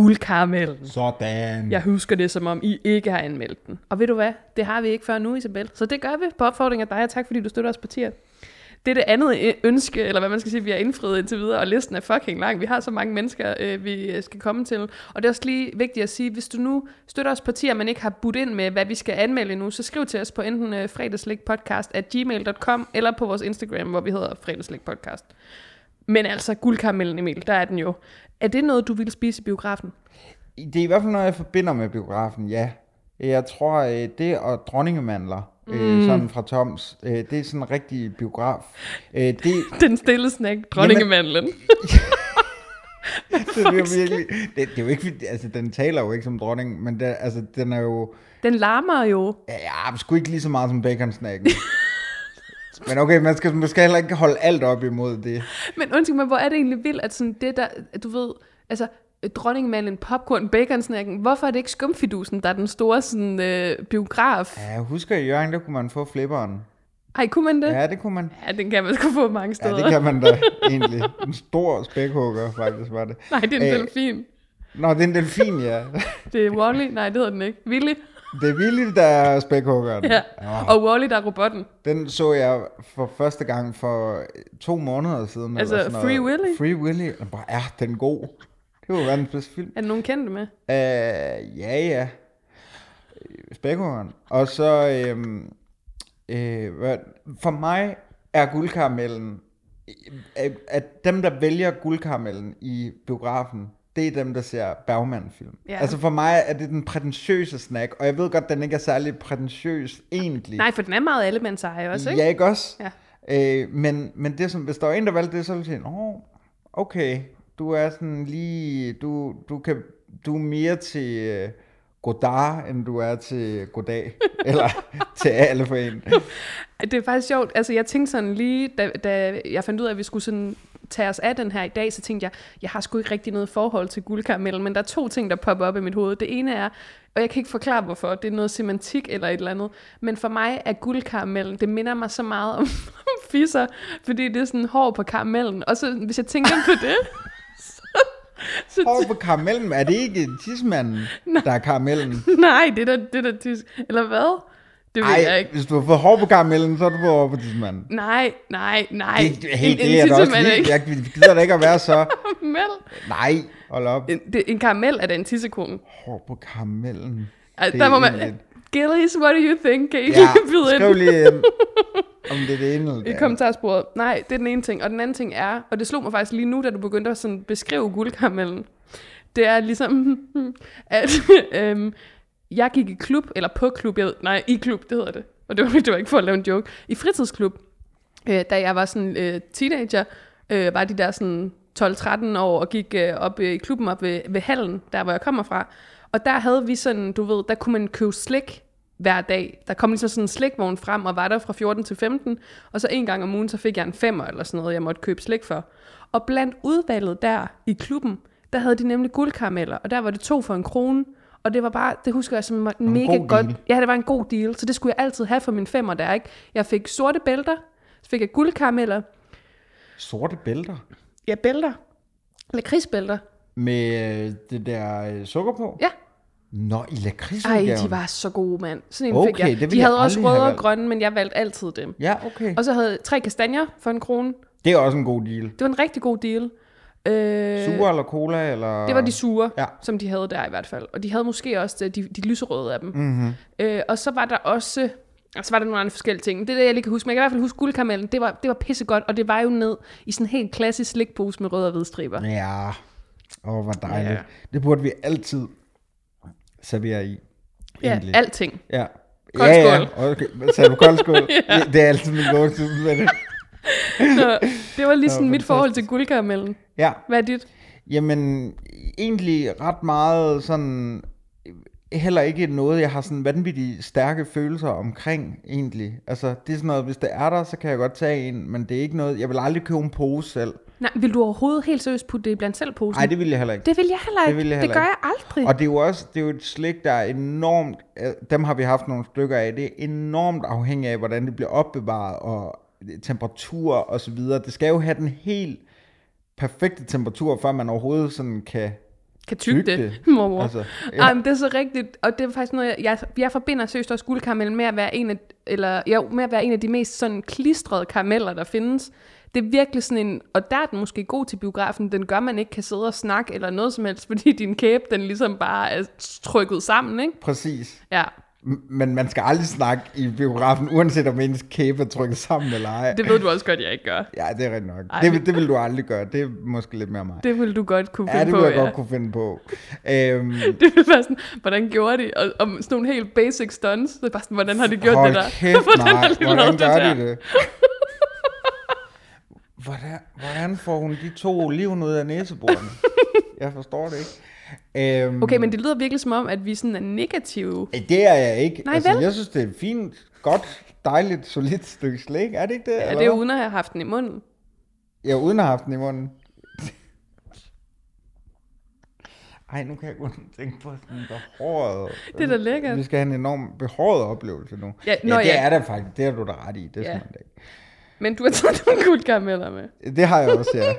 guldkaramellen.
Sådan.
Jeg husker det, som om I ikke har anmeldt den. Mm. Og ved du hvad? Det har vi ikke før nu, Isabel. Så det gør vi på opfordring af dig, og tak fordi du støtter os på tier. Det er det andet ø- ønske, eller hvad man skal sige, vi har indfriet indtil videre, og listen er fucking lang. Vi har så mange mennesker, øh, vi øh, skal komme til. Og det er også lige vigtigt at sige, hvis du nu støtter os på tier, men ikke har budt ind med, hvad vi skal anmelde nu, så skriv til os på enten øh, fredagslikpodcast at gmail.com, eller på vores Instagram, hvor vi hedder fredagslikpodcast. Men altså, guldkaramellen, Emil, der er den jo. Er det noget, du ville spise i biografen?
Det er i hvert fald noget, jeg forbinder med biografen, ja. Jeg tror, øh, det og dronningemandler, mm. sådan fra Toms, øh, det er sådan en rigtig biograf. Øh, Det, det,
Den stille snak, dronningemandlen.
det, er jo virkelig, det, det er jo ikke, fordi- altså den taler jo ikke som dronning, men det, altså, den er jo,
Den larmer jo.
ja, ja, sgu ikke lige så meget som baconsnacken. men okay, man skal måske heller ikke holde alt op imod det.
Men undskyld mig, hvor er det egentlig vildt, at sådan det der, at du ved, altså øh, dronningemanden, popcorn, baconsnacken, hvorfor er det ikke skumfidusen, der er den store sådan, øh, biograf?
Ja, jeg husker i Jørgen, der kunne man få flipperen.
Ej, kunne man det? Ja.
Ja, det kunne man.
den kan man sgu få mange
Ja,
steder.
det kan man da egentlig. En stor spækhugger, faktisk, var det.
Nej, det er en
Øh.
delfin.
Nå, det er en delfin, ja.
Det er Wally. Nej, det hedder den ikke. Willy.
Det er Willy, der er spækhuggeren.
Ja. Og Wally, der er robotten.
Den så jeg for første gang for to måneder siden.
Altså, Free Willy?
Free Willy. Og bare, er den god? Det var verdens bedste film.
Er der nogen kendte med?
Uh, ja, ja. Spækhuggeren. Og så, øhm, øh, hvad, for mig er guldkaramellen, øh, at dem, der vælger guldkaramellen i biografen, det er dem, der ser Bergman-film.
Ja.
Altså for mig er det den prætentiøse snack, og jeg ved godt, den ikke er særlig prætentiøs egentlig.
Nej, for den er meget allemandseje også, ikke?
Ja, ikke også?
Ja.
Øh, men, men det er som, hvis der var en, der valgte det, så ville jeg sige, åh, okay, du er sådan lige, du, du, kan, du er mere til øh, Godard, end du er til Goddag, eller til alle for en.
Det er faktisk sjovt. Altså, jeg tænkte sådan lige, da, da jeg fandt ud af, at vi skulle sådan tage os af den her i dag, så tænkte jeg, jeg har sgu ikke rigtig noget forhold til guldkaramellen, men der er to ting, der popper op i mit hoved. Det ene er, og jeg kan ikke forklare hvorfor, det er noget semantik eller et eller andet, men for mig er guldkaramellen, det minder mig så meget om, om fisser, fordi det er sådan hår på karamellen. Og så, hvis jeg tænker på det, så, så
Over på karamellen, er det ikke tismanden, der er karamellen?
nej, det er da, det er da tysk. Eller hvad? Det ved jeg
Nej,
ikke.
hvis du har fået hår på karamellen, så er du på over på tismanden.
Nej, nej, nej.
Det, hey,
en,
det er
en
da også
tissemand
lige, jeg gider da ikke at være så,
karamel.
nej, hold op,
En, det, en karamel er da en tissekone.
hår på karamellen.
Altså,
Det
der
er
må man...
egentlig-
Gillies, what do you think? Kan I
Ja,
lige byde
skriv
ind
lige, øhm, om det er det ene eller det
i
andet.
kommentarsporet? Nej, det er den ene ting. Og den anden ting er, og det slog mig faktisk lige nu, da du begyndte at sådan beskrive guldkaramellen, det er ligesom, at øhm, jeg gik i klub, eller på klub, jeg ved, nej, i klub, det hedder det. Og det var, det var ikke for at lave en joke. I fritidsklub, øh, da jeg var sådan øh, teenager, øh, var de der sådan 12-13 år og gik øh, op øh, i klubben op ved, ved hallen, der hvor jeg kommer fra. Og der havde vi sådan, du ved, der kunne man købe slik hver dag. Der kom ligesom sådan en slikvogn frem, og var der fra 14 til 15, og så en gang om ugen, så fik jeg en femmer eller sådan noget, jeg måtte købe slik for. Og blandt udvalget der i klubben, der havde de nemlig guldkarameller, og der var det to for en krone, og det var bare, det husker jeg som en mega
god
godt.
deal.
Ja, det var en god deal, så det skulle jeg altid have for min femmer der, ikke? Jeg fik sorte bælter, så fik jeg guldkarameller,
Sorte bælter
ja, bælter, lakridsbælter,
med øh, det der øh, sukker på?
ja,
Nå, i lakridsudgaven.
Ej, de var så gode, mand. Sådan en
Okay,
okay, fik
det
jeg.
ville
De havde
jeg
også
aldrig have
røde og
valgt.
grønne, men jeg valgte altid dem.
Ja, okay.
Og så havde jeg tre kastanjer for en krone.
Det er også en god deal.
Det var en rigtig god deal. Øh,
Sure eller cola, eller...
Det var de sure,
Ja.
ja. som de havde der i hvert fald. Og de havde måske også øh, de, de lyserøde af dem. Mm-hmm. Øh, og så var der også... Og så var der nogle andre forskellige ting. Men Det er det, jeg lige kan huske. Men jeg kan i hvert fald huske guldkaramellen. Det var, det var pissegodt, og det var jo ned i sådan en helt klassisk slikpose med røde og hvide striber.
Ja, åh, oh, hvor dejligt.
Ja.
Det burde vi altid servere i.
Ja,
egentlig.
alting.
Ja.
Kold
ja,
skål.
ja. Okay. Sagde du kold skål? ja. Det er altid min gode tid med det.
Det var lige sådan mit
fantastisk.
forhold til guldkaramellen.
Ja.
Hvad er dit?
Jamen, egentlig ret meget sådan, heller ikke noget, jeg har sådan vanvittigt stærke følelser omkring, egentlig. Altså, det er sådan noget, hvis det er der, så kan jeg godt tage en, men det er ikke noget, jeg vil aldrig købe en pose selv.
Nej, vil du overhovedet helt seriøst putte det blandt selv posen?
Nej, det vil jeg heller ikke.
Det vil jeg heller ikke.
Det vil jeg
det
heller
gør
ikke.
jeg aldrig.
Og det er jo også det er jo et slik, der er enormt, øh, dem har vi haft nogle stykker af, det er enormt afhængigt af, hvordan det bliver opbevaret, og temperatur og så videre. Det skal jo have den helt perfekte temperatur, før man overhovedet sådan kan...
kan tygge
tygge
det,
det.
mormor.
Altså,
Altså,
ja.
ja. Ej, men det er så rigtigt, og det er faktisk noget, jeg, jeg, jeg forbinder seriøst også guldkaramellen med at være en af, eller, jo, med at være en af de mest sådan klistrede karameller, der findes. Det er virkelig sådan en, og der er den måske god til biografen, den gør, man ikke kan sidde og snakke eller noget som helst, fordi din kæbe, den ligesom bare er trykket sammen, ikke?
Præcis.
Ja,
M- Men man skal aldrig snakke i biografen, uanset om ens kæbe er trykket sammen eller ej.
det ved du også godt, jeg ikke gør.
Ja, det er rigtigt nok.
Ej,
det, vil-
men-
det vil du aldrig gøre. Det er måske lidt mere mig.
Det ville du godt kunne finde
ja, det
på,
vil jeg
ja.
godt kunne finde på. Øhm,
Det ville være sådan, hvordan gjorde de? Og, og sådan nogle helt basic stunts. Det er bare sådan, hvordan har de gjort
Hold
det der?
Kæft,
hvordan
nej.
har de
hvordan
lavet det
gør
der?
de det? Hvordan, hvordan får hun de to oliven ud af næseborene? Jeg forstår det ikke. Øhm,
Okay, men det lyder virkelig som om, at vi sådan er negative.
øh, Det er jeg ikke.
Nej,
altså,
vel?
jeg synes, det er et fint, godt, dejligt, solidt stykke slik. Er det ikke det?
Ja,
eller
det er jo
hvad?
uden at have haft den i munden.
Ja, uden at have haft den i munden. Ej, nu kan jeg kun tænke på sådan en behåret...
Det er da lækkert.
Vi skal have en enorm behåret oplevelse nu.
Ja, nå
det
ja.
er der faktisk. Det har du da ret i. Det,
Ja.
ja. ikke.
Men du har taget nogle guldkarameller med.
det har jeg også, ja.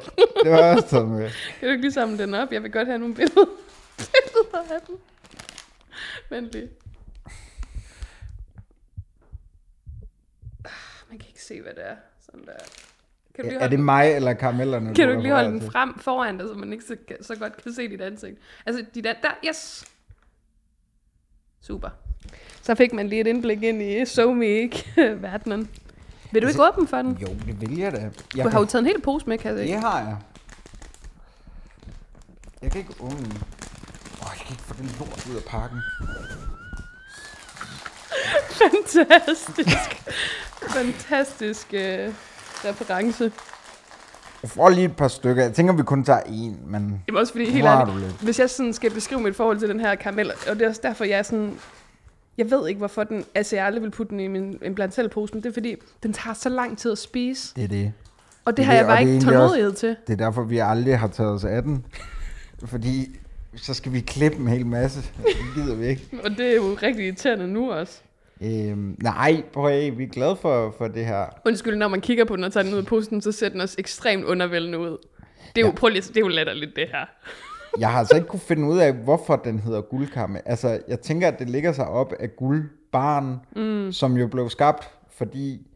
Det var jeg også taget med.
Kan du ikke lige samle den op? Jeg vil godt have nogle billeder, billeder af dem. Vent lige. Ah, Man kan ikke se, hvad det er. Sådan der. Kan du lige
Er
holde,
det mig eller karamellerne?
kan du ikke lige
refererer
holde den
til?
frem foran dig, så man ikke så, så godt kan se dit ansigt? Altså, dit an- der, yes! Super. Så fik man lige et indblik ind i SoMe-verdenen. Vil du ikke åbne for den?
Jo, det vil Altså, jeg da. Jeg
Du
kan-
har jo taget en hel pose med, kan jeg se.
Det har jeg. Jeg kan ikke åbne den. Åh, jeg kan ikke få den lort ud af pakken.
Fantastisk. Fantastisk øh, reference.
Jeg får lige et par stykker. Jeg tænker, vi kun tager en, men...
Jamen også fordi, helt
Hvor har du
ærligt,
lidt?
hvis jeg sådan skal beskrive mit forhold til den her karamel, og det er også derfor, jeg er sådan... Jeg ved ikke, hvorfor den... Altså, jeg aldrig vil putte den i min en blandt selv pose, men det er fordi, den tager så lang tid at spise.
Det er det.
Og det
er
har
det,
jeg
og det
bare
er
ikke
egentlig også-
tålmodighed til.
Det er derfor, vi aldrig har taget os af den. Fordi så skal vi klippe en hel masse. Det gider vi ikke.
Og det er jo rigtig irriterende nu også.
Øhm, nej, prøv at høre, vi er glade for, for det her.
Undskyld, når man kigger på den og tager den ud af posen, så ser den også ekstremt undervældende ud. Det er jo, ja. prøv lige, det er jo latterligt, det her.
Jeg har altså ikke kunne finde ud af, hvorfor den hedder guldkamme. Altså, jeg tænker, at det ligger sig op af guldbarn, mm. som jo blev skabt, fordi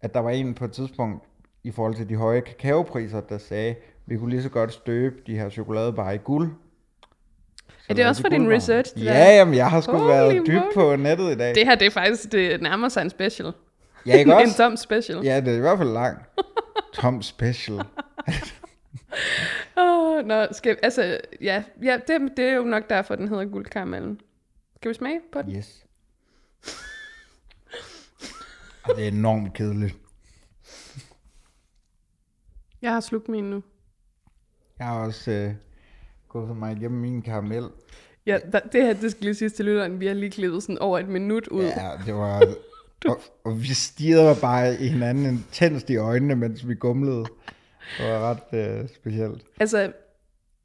at der var en på et tidspunkt, i forhold til de høje kakaopriser, der sagde, vi kunne lige så godt støbe de her chokoladebarer i guld.
Er det også for din research? det der?
Ja, jamen, jeg har sgu
Holy
været dyb
moly.
på nettet i dag.
Det her, det er faktisk, det nærmer sig en special.
Ja, ikke
en
også?
tom special. Ja.
Ja, det er i hvert fald langt. Tom special.
Oh, nå, skal, altså, ja, ja det, det er jo nok derfor, den hedder guldkaramellen. Skal vi smage på den?
Yes. Og det er enormt kedeligt.
Jeg har slugt min nu.
Jeg har også øh, gået så meget igennem min karamel.
Ja, der, det her, det skal lige siges til lytteren, vi har lige klippet sådan over et minut ud. Ja.
Ja, det var... Og, og vi stirrede bare i hinanden intenst i øjnene, mens vi gumlede. Det var ret øh, specielt.
Altså,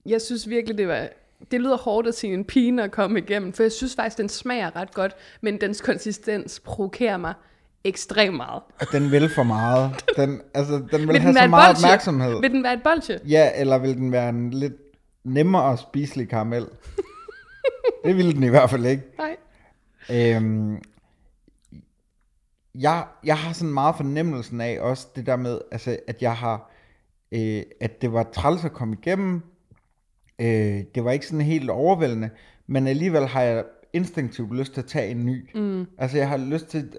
jeg synes virkelig, det var... Det lyder hårdt at sige en pine at komme igennem, for jeg synes faktisk, den smager ret godt, men dens konsistens provokerer mig ekstremt meget.
Og den vil for meget. Den, altså, den vil,
Vil
have
den
så
være
meget
et bolsje?
opmærksomhed.
Vil den være et bolsje?
Ja, eller vil den være en lidt nemmere og spiselig karamel? det ville den i hvert fald ikke.
Nej.
Øhm, jeg, jeg har sådan meget fornemmelsen af også det der med, altså, at jeg har, øh, at det var træls at komme igennem. Øh, det var ikke sådan helt overvældende, men alligevel har jeg instinktivt lyst til at tage en ny. Mm. Altså jeg har lyst til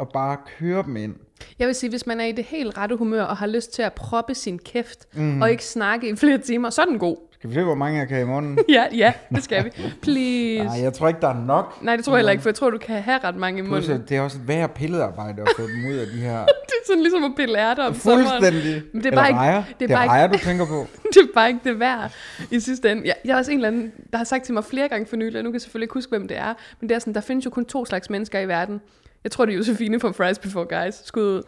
at bare køre dem ind.
Jeg vil sige, hvis man er i det helt rette humør og har lyst til at proppe sin kæft mm. og ikke snakke i flere timer, så er den god.
Skal vi se, hvor mange jeg kan i morgen?
Ja, ja, det skal vi. Please.
Nej, jeg tror ikke, der er nok.
Nej, det tror jeg heller ikke, for jeg tror, du kan have ret mange i
Plus,
munden.
at det er også et værre pillearbejde at få dem ud af de her...
Det er sådan ligesom at pille ærter om
Fuldstændig.
sommeren. Men
Eller rejer.
Det er, bare
rejer,
ikke,
du tænker på.
det er bare ikke det værd i sidste ende. Jeg, jeg er også en eller anden, der har sagt til mig flere gange for nylig, og nu kan jeg selvfølgelig ikke huske, hvem det er, men det er sådan, der findes jo kun to slags mennesker i verden. Jeg tror, det er Josefine fra Fries Before Guys. Skud ud.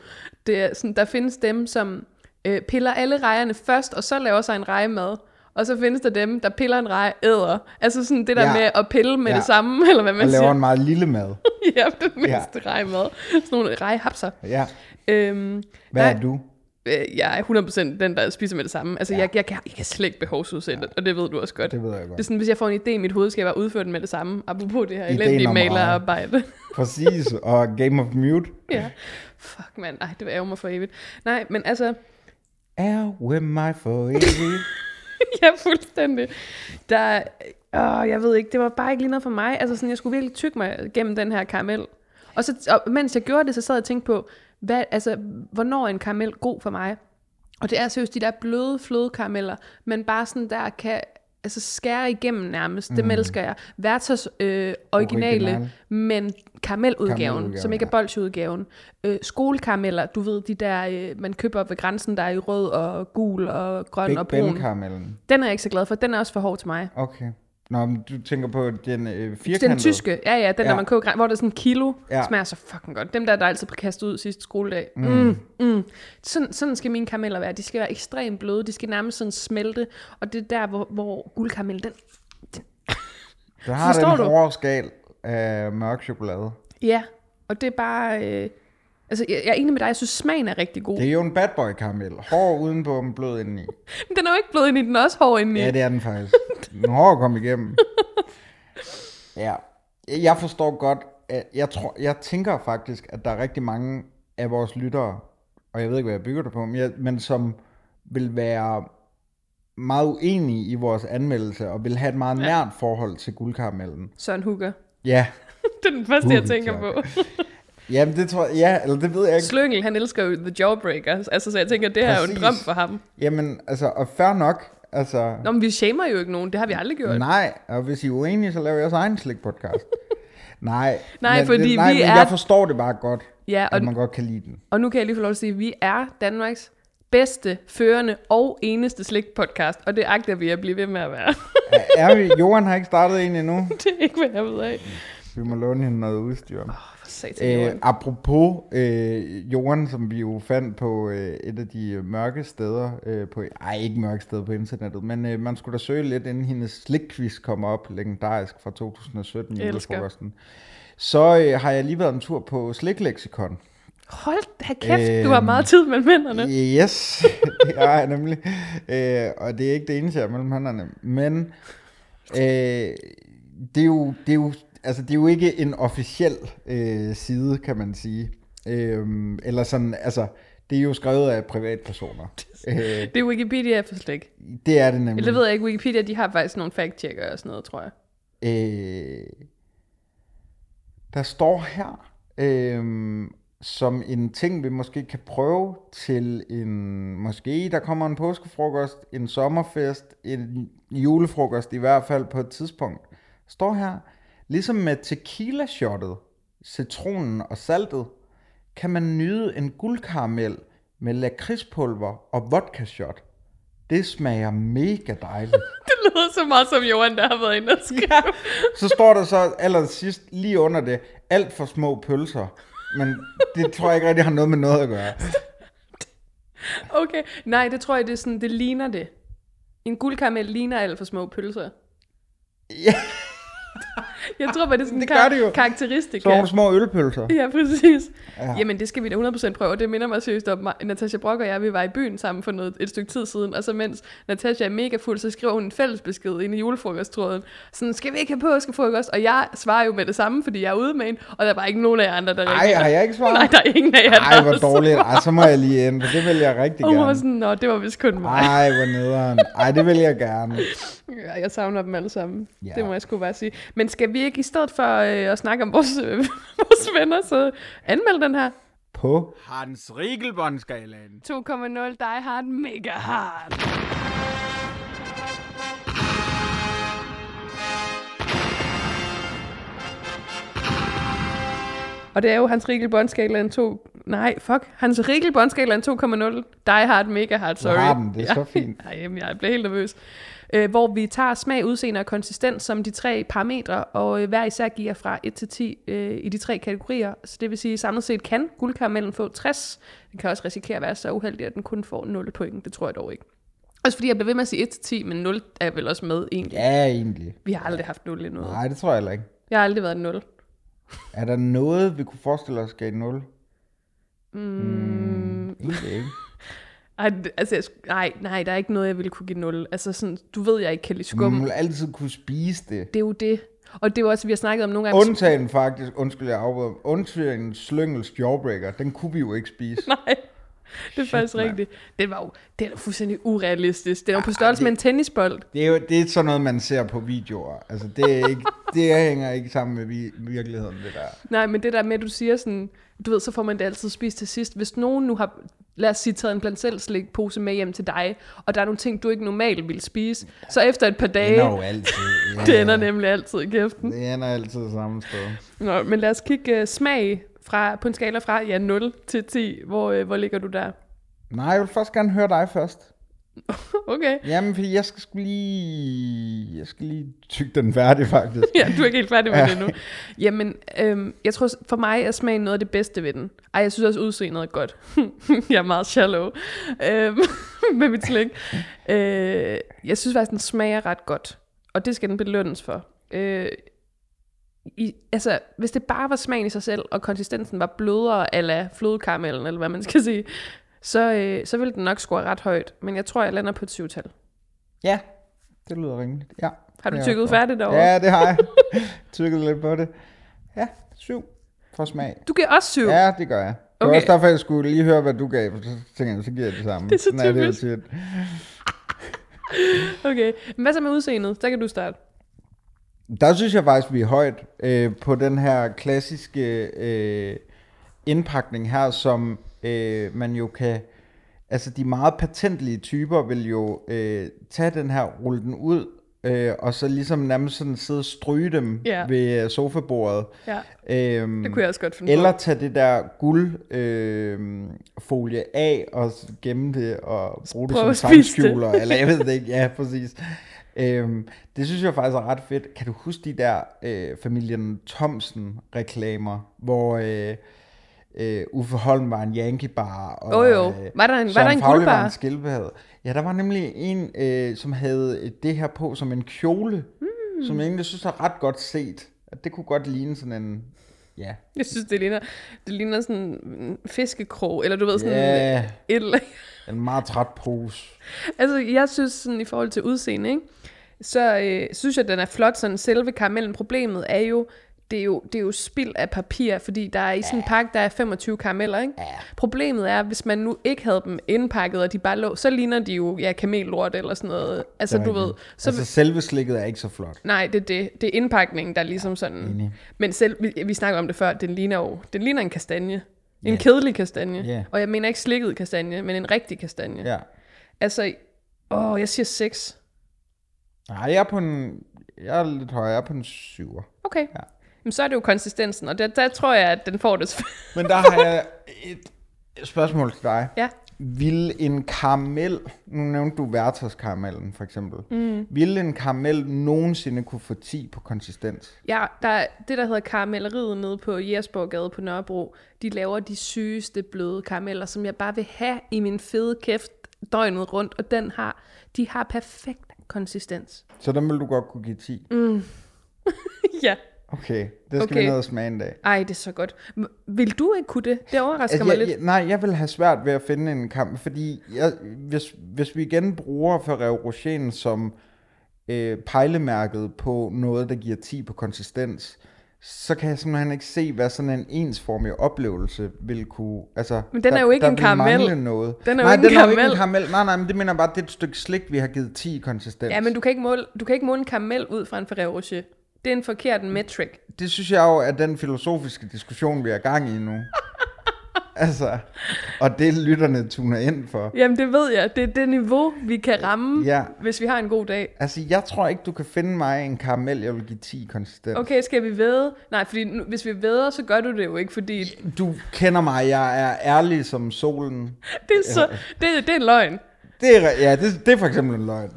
Det er sådan, der findes dem, som øh, piller alle rejerne først, og så laver sig en rejemad. Og så findes der dem, der piller en rej æder. Altså sådan det der
Ja.
med at pille med
Ja.
det samme, eller hvad man
Og
siger.
laver en meget lille mad.
ja, det mindste ja. rejemad. Sådan nogle rejhapser.
Ja.
Øhm,
Hvad
nej,
er du?
øh, Jeg er 100% den, der spiser med det samme. Altså, ja. jeg, jeg, kan, jeg kan slet ikke behovsudsætte, ja. og det ved du også godt.
Det ved jeg godt.
Det er sådan, hvis jeg får en idé i mit hoved, skal jeg bare udføre den med det samme. Apropos det her
Idéen
elendige
om rejer.
malerarbejde.
Præcis, og Game of Mute.
ja. Fuck, mand. Ej, det var ærger mig for evigt. Nej, men altså,
Er with my for evigt.
ja, fuldstændig. Der, åh, jeg ved ikke, det var bare ikke lige noget for mig. Altså, sådan, jeg skulle virkelig tykke mig gennem den her karamel. Og, så, og mens jeg gjorde det, så sad jeg og tænkte på, hvad, altså, hvornår er en karamel god for mig? Og det er seriøst de der bløde flødekarameller, man bare sådan der kan altså skære igennem nærmest. Mm. Dem elsker jeg. Vertas øh, originale,
Mhm. Original.
men karameludgaven,
Karameludgaven,
som ikke er
ja.
bolsjeudgaven. Øh, skolekarameller, du ved, de der, øh, man køber ved grænsen, der er i rød og gul og grøn
Big
og brun.
Ben karamellen.
Den er jeg ikke så glad for. Den er også for hård til mig.
Okay. Nå, men du tænker på den øh, firkantede.
Den tyske, ja ja, den ja. der
Ja.
man koger, græn- hvor der er sådan en kilo, ja.
Ja.
smager så fucking godt. Dem der, der er altid blev kastet ud sidste skoledag. Mm. Mm, Sådan, sådan skal mine karameller være. De skal være ekstremt bløde, de skal nærmest sådan smelte. Og det er der, hvor, hvor guldkaramellen, den...
Du har
Forstår du?
den hårde skal af mørk chokolade.
Ja, og det er bare... Øh, altså, jeg, jeg er enig med dig, jeg synes smagen er rigtig god.
Det er jo en bad boy karamel. Hård udenpå, men blød indeni.
Men den er jo ikke blød ind i, den er også hård ind i.
Ja, det er den faktisk. Den er hård at komme igennem. Ja. Jeg forstår godt, at jeg, tror, jeg tænker faktisk, at der er rigtig mange af vores lyttere, og jeg ved ikke, hvad jeg bygger det på, men, jeg, men som vil være meget uenige i vores anmeldelse, og vil have et meget nært forhold til guldkaramellen.
Søren Hugger.
Ja,
Det er den første, jeg
Uh,
tænker
tak.
på.
Jamen, det tror jeg, ja, eller det ved jeg ikke.
Slyngel, han elsker jo The Jawbreaker. Altså, så jeg tænker, det her er jo en
Præcis.
drøm for ham.
Jamen, altså, og fair nok, altså,
Nå, men vi shamer jo ikke nogen. Det har vi aldrig gjort.
nej, og hvis I er uenige, så laver jeg også egen slik podcast. nej,
Nej,
men
fordi
det, nej,
vi
men
er-
jeg forstår det bare godt,
Ja, og,
at man godt kan lide den.
og nu kan jeg lige få lov at sige, at vi er Danmarks bedste, førende og eneste slik-podcast, og det agter vi at blive ved med at være.
Er vi, Johan har ikke startet en endnu.
det er ikke, hvad jeg ved af.
Vi må låne hende noget udstyr.
For satan,
Øh,
Johan.
apropos øh, Johan, som vi jo fandt på øh, et af de mørke steder, øh, på, ej ikke mørke steder på internettet, men øh, man skulle da søge lidt, inden hendes slikquiz kom op, legendarisk fra 2017
Jeg elsker.
julefrokosten. Så øh, har jeg lige været en tur på Slikleksikon.
Hold da kæft, øh,
øh,
du har meget tid mellem hænderne.
Yes, det har jeg nemlig. Øh, og det er ikke det eneste, jeg har mellem hænderne. Men øh, det, er jo, det, er jo, altså, det er jo ikke en officiel øh, side, kan man sige. Øh, eller sådan, altså, det er jo skrevet af privatpersoner. øh,
Det er Wikipedia for slik.
det er det nemlig.
Eller det ved jeg ikke, Wikipedia de har faktisk nogle fact-checker og sådan noget, tror jeg.
Øh, der står her, øh, som en ting, vi måske kan prøve til en, måske der kommer en påskefrokost, en sommerfest, en julefrokost i hvert fald på et tidspunkt. Står her, ligesom med tequila-shottet, citronen og saltet, kan man nyde en guldkaramel med lakridspulver og vodka-shot. det smager mega dejligt.
Det lyder så meget som Johan, der har været inde og skrive. Ja.
Så står der så allersidst lige under det, alt for små pølser. Men det tror jeg ikke rigtig har noget med noget at gøre.
Okay, nej, det tror jeg, det er sådan, det ligner det. En guldkaramel ligner alt for små pølser.
Ja,
Jeg tror bare, det er sådan
Det
det
gør det jo.
kar- karakteristika.
så nogle små ølpølser.
Ja, præcis. Ja. Jamen, det skal vi da 100% prøve, og det minder mig seriøst om, at Natasha Brock og jeg, vi var i byen sammen for noget, et stykke tid siden, og så mens Natasha er mega fuld, så skriver hun en fælles besked ind i julefrokosttråden, sådan, skal vi ikke have påskefrokost? Og jeg svarer jo med det samme, fordi jeg er ude med en, og der var ikke nogen af jer andre, der
Ej, har jeg ikke svaret?
Nej, der er altså. ingen af jer,
Ej,
der
hvor
har
dårligt. Ej, så må jeg lige ind, for det vil jeg rigtig
Og hun var
gerne.
sådan, nå, det var vist kun mig.
Ej, hvor nederen. Ej, det vil jeg gerne.
Ja, jeg savner dem alle sammen.
Ja.
Ja. Det må jeg sgu bare sige. Men skal vi ikke i stedet for øh, at snakke om vores, øh, vores venner, så anmelde den her?
På.
Hans Riegelbåndskalaen.
2.0 Die Hard Mega Hard. Og det er jo Hans Rigel Bondskalaen 2... Nej, fuck. Hans Rigel Bondskalaen 2.0 Die Hard Mega Hard, sorry.
har den, det er så fint.
Ej, jamen, jeg blev helt nervøs. Øh, hvor vi tager smag, udseende og konsistens som de tre parametre, og øh, hver især giver fra 1 til 10 øh, i de tre kategorier. Så det vil sige, samlet set kan guldkaramellen få 60. Den kan også risikere at være så uheldig, at den kun får 0 point. Det tror jeg dog ikke. Også fordi jeg blev ved med at sige 1 til 10, men 0 er vel også med egentlig.
Ja, egentlig.
Vi har aldrig haft 0 endnu.
Nej, det tror jeg heller ikke.
Jeg har aldrig været 0.
Er der noget, vi kunne forestille os gav 0? Mm. Egentlig ikke.
Ej, det- altså, jeg, sk- nej, nej, der er ikke noget, jeg ville kunne give 0. Altså sådan, du ved, jeg ikke kan lide skum.
Man
Mm.
vil altid kunne spise det.
Det er jo det. Og det er jo også, vi har snakket om nogle gange.
Undtagen faktisk, undskyld jeg afbryder, undtagen slyngels jawbreaker, den kunne vi jo ikke spise.
Nej, det er faktisk rigtigt. Det var jo det er da fuldstændig urealistisk. Det var på størrelse med en tennisbold.
Det er jo det er sådan noget, man ser på videoer. Altså, det, er ikke, det hænger ikke sammen med vi, virkeligheden, det der.
Nej, men det der med, at du siger sådan, du ved, så får man det altid spist til sidst. Hvis nogen nu har, lad os sige, taget en blandt selv slikpose med hjem til dig, og der er nogle ting, du ikke normalt ville spise, så efter et par
Det
dage,
ender jo altid. Ja,
det ender nemlig altid i kæften.
Det ender altid samme sted.
Nå, men lad os kigge uh, smag fra, på en skala fra ja, 0 til 10. Hvor, uh, hvor ligger du der?
Nej, jeg vil først gerne høre dig først.
Okay.
Jamen, fordi jeg skal sgu lige... Jeg skal lige tygge den færdig, faktisk.
Ja, du er ikke helt færdig med det nu. Jamen, øhm, jeg tror, for mig er smagen noget af det bedste ved den. Ej, jeg synes også, udseendet er godt. jeg er meget shallow øhm, med mit slik. Øh, jeg synes faktisk, den smager ret godt. Og det skal den belønnes for. Øh, i, altså, hvis det bare var smagen i sig selv, og konsistensen var blødere ala flødekaramellen, eller hvad man skal sige, så, øh, så ville den nok score ret højt. Men jeg tror, jeg lander på et syvtal.
Ja, det lyder rimeligt. Ja,
Har du
det er
tykket
også
færdigt
godt.
derovre?
Ja, det har jeg. tykket lidt på det. Ja, syv. For smag.
Du giver også syv.
Ja, det gør jeg. Det var
Okay.
okay. også derfor, jeg skulle lige høre, hvad du gav. for Så tænker jeg, så giver jeg det samme.
Det er så
Sådan jo
typisk.
tit.
Okay, men hvad så med udseendet? Der kan du starte.
Der synes jeg faktisk, vi er højt øh, på den her klassiske øh, indpakning her, som øh, man jo kan... Altså de meget patentlige typer vil jo øh, tage den her, rulle den ud, øh, og så ligesom nærmest sådan sidde og stryge dem
Ja.
ved øh, sofabordet.
Ja,
Øhm,
det kunne jeg også godt finde
Eller
på.
tage det der guldfolie øh, folie af og s- gemme det og bruge det
Prøv
som
at spise det.
sangskjuler, eller jeg ved det ikke, ja, præcis. Øhm, det synes jeg faktisk er ret fedt. Kan du huske de der øh, familien Thomsen-reklamer, hvor øh, øh, Uffe Holm var en Yankee-bar, og øh,
Jo, jo. Var der en- var
Søren
der en
Fauli var
guldbar?
en skildpadde. Ja, der var nemlig en, øh, som havde det her på som en kjole, mm. som jeg egentlig synes er ret godt set. At det kunne godt ligne sådan en, ja,
Jeg synes, det ligner, det ligner sådan en fiskekrog, eller du ved, sådan
Ja.
yeah. et eller
en meget træt pose.
Altså, jeg synes sådan i forhold til udseende, ikke? så øh, synes jeg, den er flot, sådan selve karamellen. Problemet er jo, det er jo, det er jo spild af papir, fordi der er i sådan en pakke, der er 25 karameller, ikke? Problemet er, hvis man nu ikke havde dem indpakket, og de bare lå, så ligner de jo, ja, kamellort eller sådan noget. Altså, du ved,
Så
så
altså, selve slikket er ikke så flot.
Nej, det er det. Det er indpakningen, der er ligesom sådan... Ja, men selv, vi, vi snakker om det før, den ligner jo... Den ligner en kastanje. En kedelig kastanje.
Ja.
Og jeg mener ikke slikket kastanje, men en rigtig kastanje.
Ja.
Altså, åh, jeg siger 6.
Nej, jeg er på en... Jeg er lidt højere, jeg er på en syver.
Okay. Ja. Men så er det jo konsistensen, og der, der tror jeg, at den får det. sv-
Men der har jeg et spørgsmål til dig.
ja.
Vil en karamel, nu nævnte du Werthers karamellen for eksempel, mm. vil en karamel nogensinde kunne få 10 på konsistens?
Ja, der er det, der hedder karamelleriet nede på Jersborggade på Nørrebro. De laver de sygeste bløde karameller, som jeg bare vil have i min fede kæft døgnet rundt, og den har, de har perfekt konsistens.
Så den vil du godt kunne give 10. Mm.
ja.
Okay, det skal okay. vi
Okay.
ned og smage en dag.
Ej, det er så godt. M- Vil du ikke kunne det? Det overrasker
Altså,
mig
jeg,
lidt.
jeg, nej, jeg vil have svært ved at finde en kamp, fordi jeg, hvis, hvis vi igen bruger Ferrero Rocher som øh, pejlemærket på noget, der giver 10 på konsistens, så kan jeg simpelthen ikke se, hvad sådan en ensformig oplevelse vil kunne... Altså,
Men den er
der-
jo ikke
der
en
vil
karamel.
mangle Noget.
Den er jo
nej,
ikke en
den er jo ikke en
karamel.
karamel. Nej, nej, men det mener jeg bare, det er et stykke slik, vi har givet 10 i konsistens.
Ja, men du kan, ikke måle, du kan ikke måle en karamel ud fra en Ferrero Rocher. Det er en forkert metric.
Det synes jeg jo er den filosofiske diskussion, vi er i gang i nu. altså, og det lytterne tuner ind for.
Jamen, det ved jeg. Det er det niveau, vi kan ramme,
Ja.
hvis vi har en god dag.
Altså, jeg tror ikke, du kan finde mig en karamel, jeg vil give 10 konsistens.
Okay, skal vi væde? Nej, fordi nu, hvis vi væder, så gør du det jo ikke, fordi
Du kender mig, jeg er ærlig som solen.
det er, så, det, det er en løgn.
Det er, re- ja, det, det er for eksempel en løgn.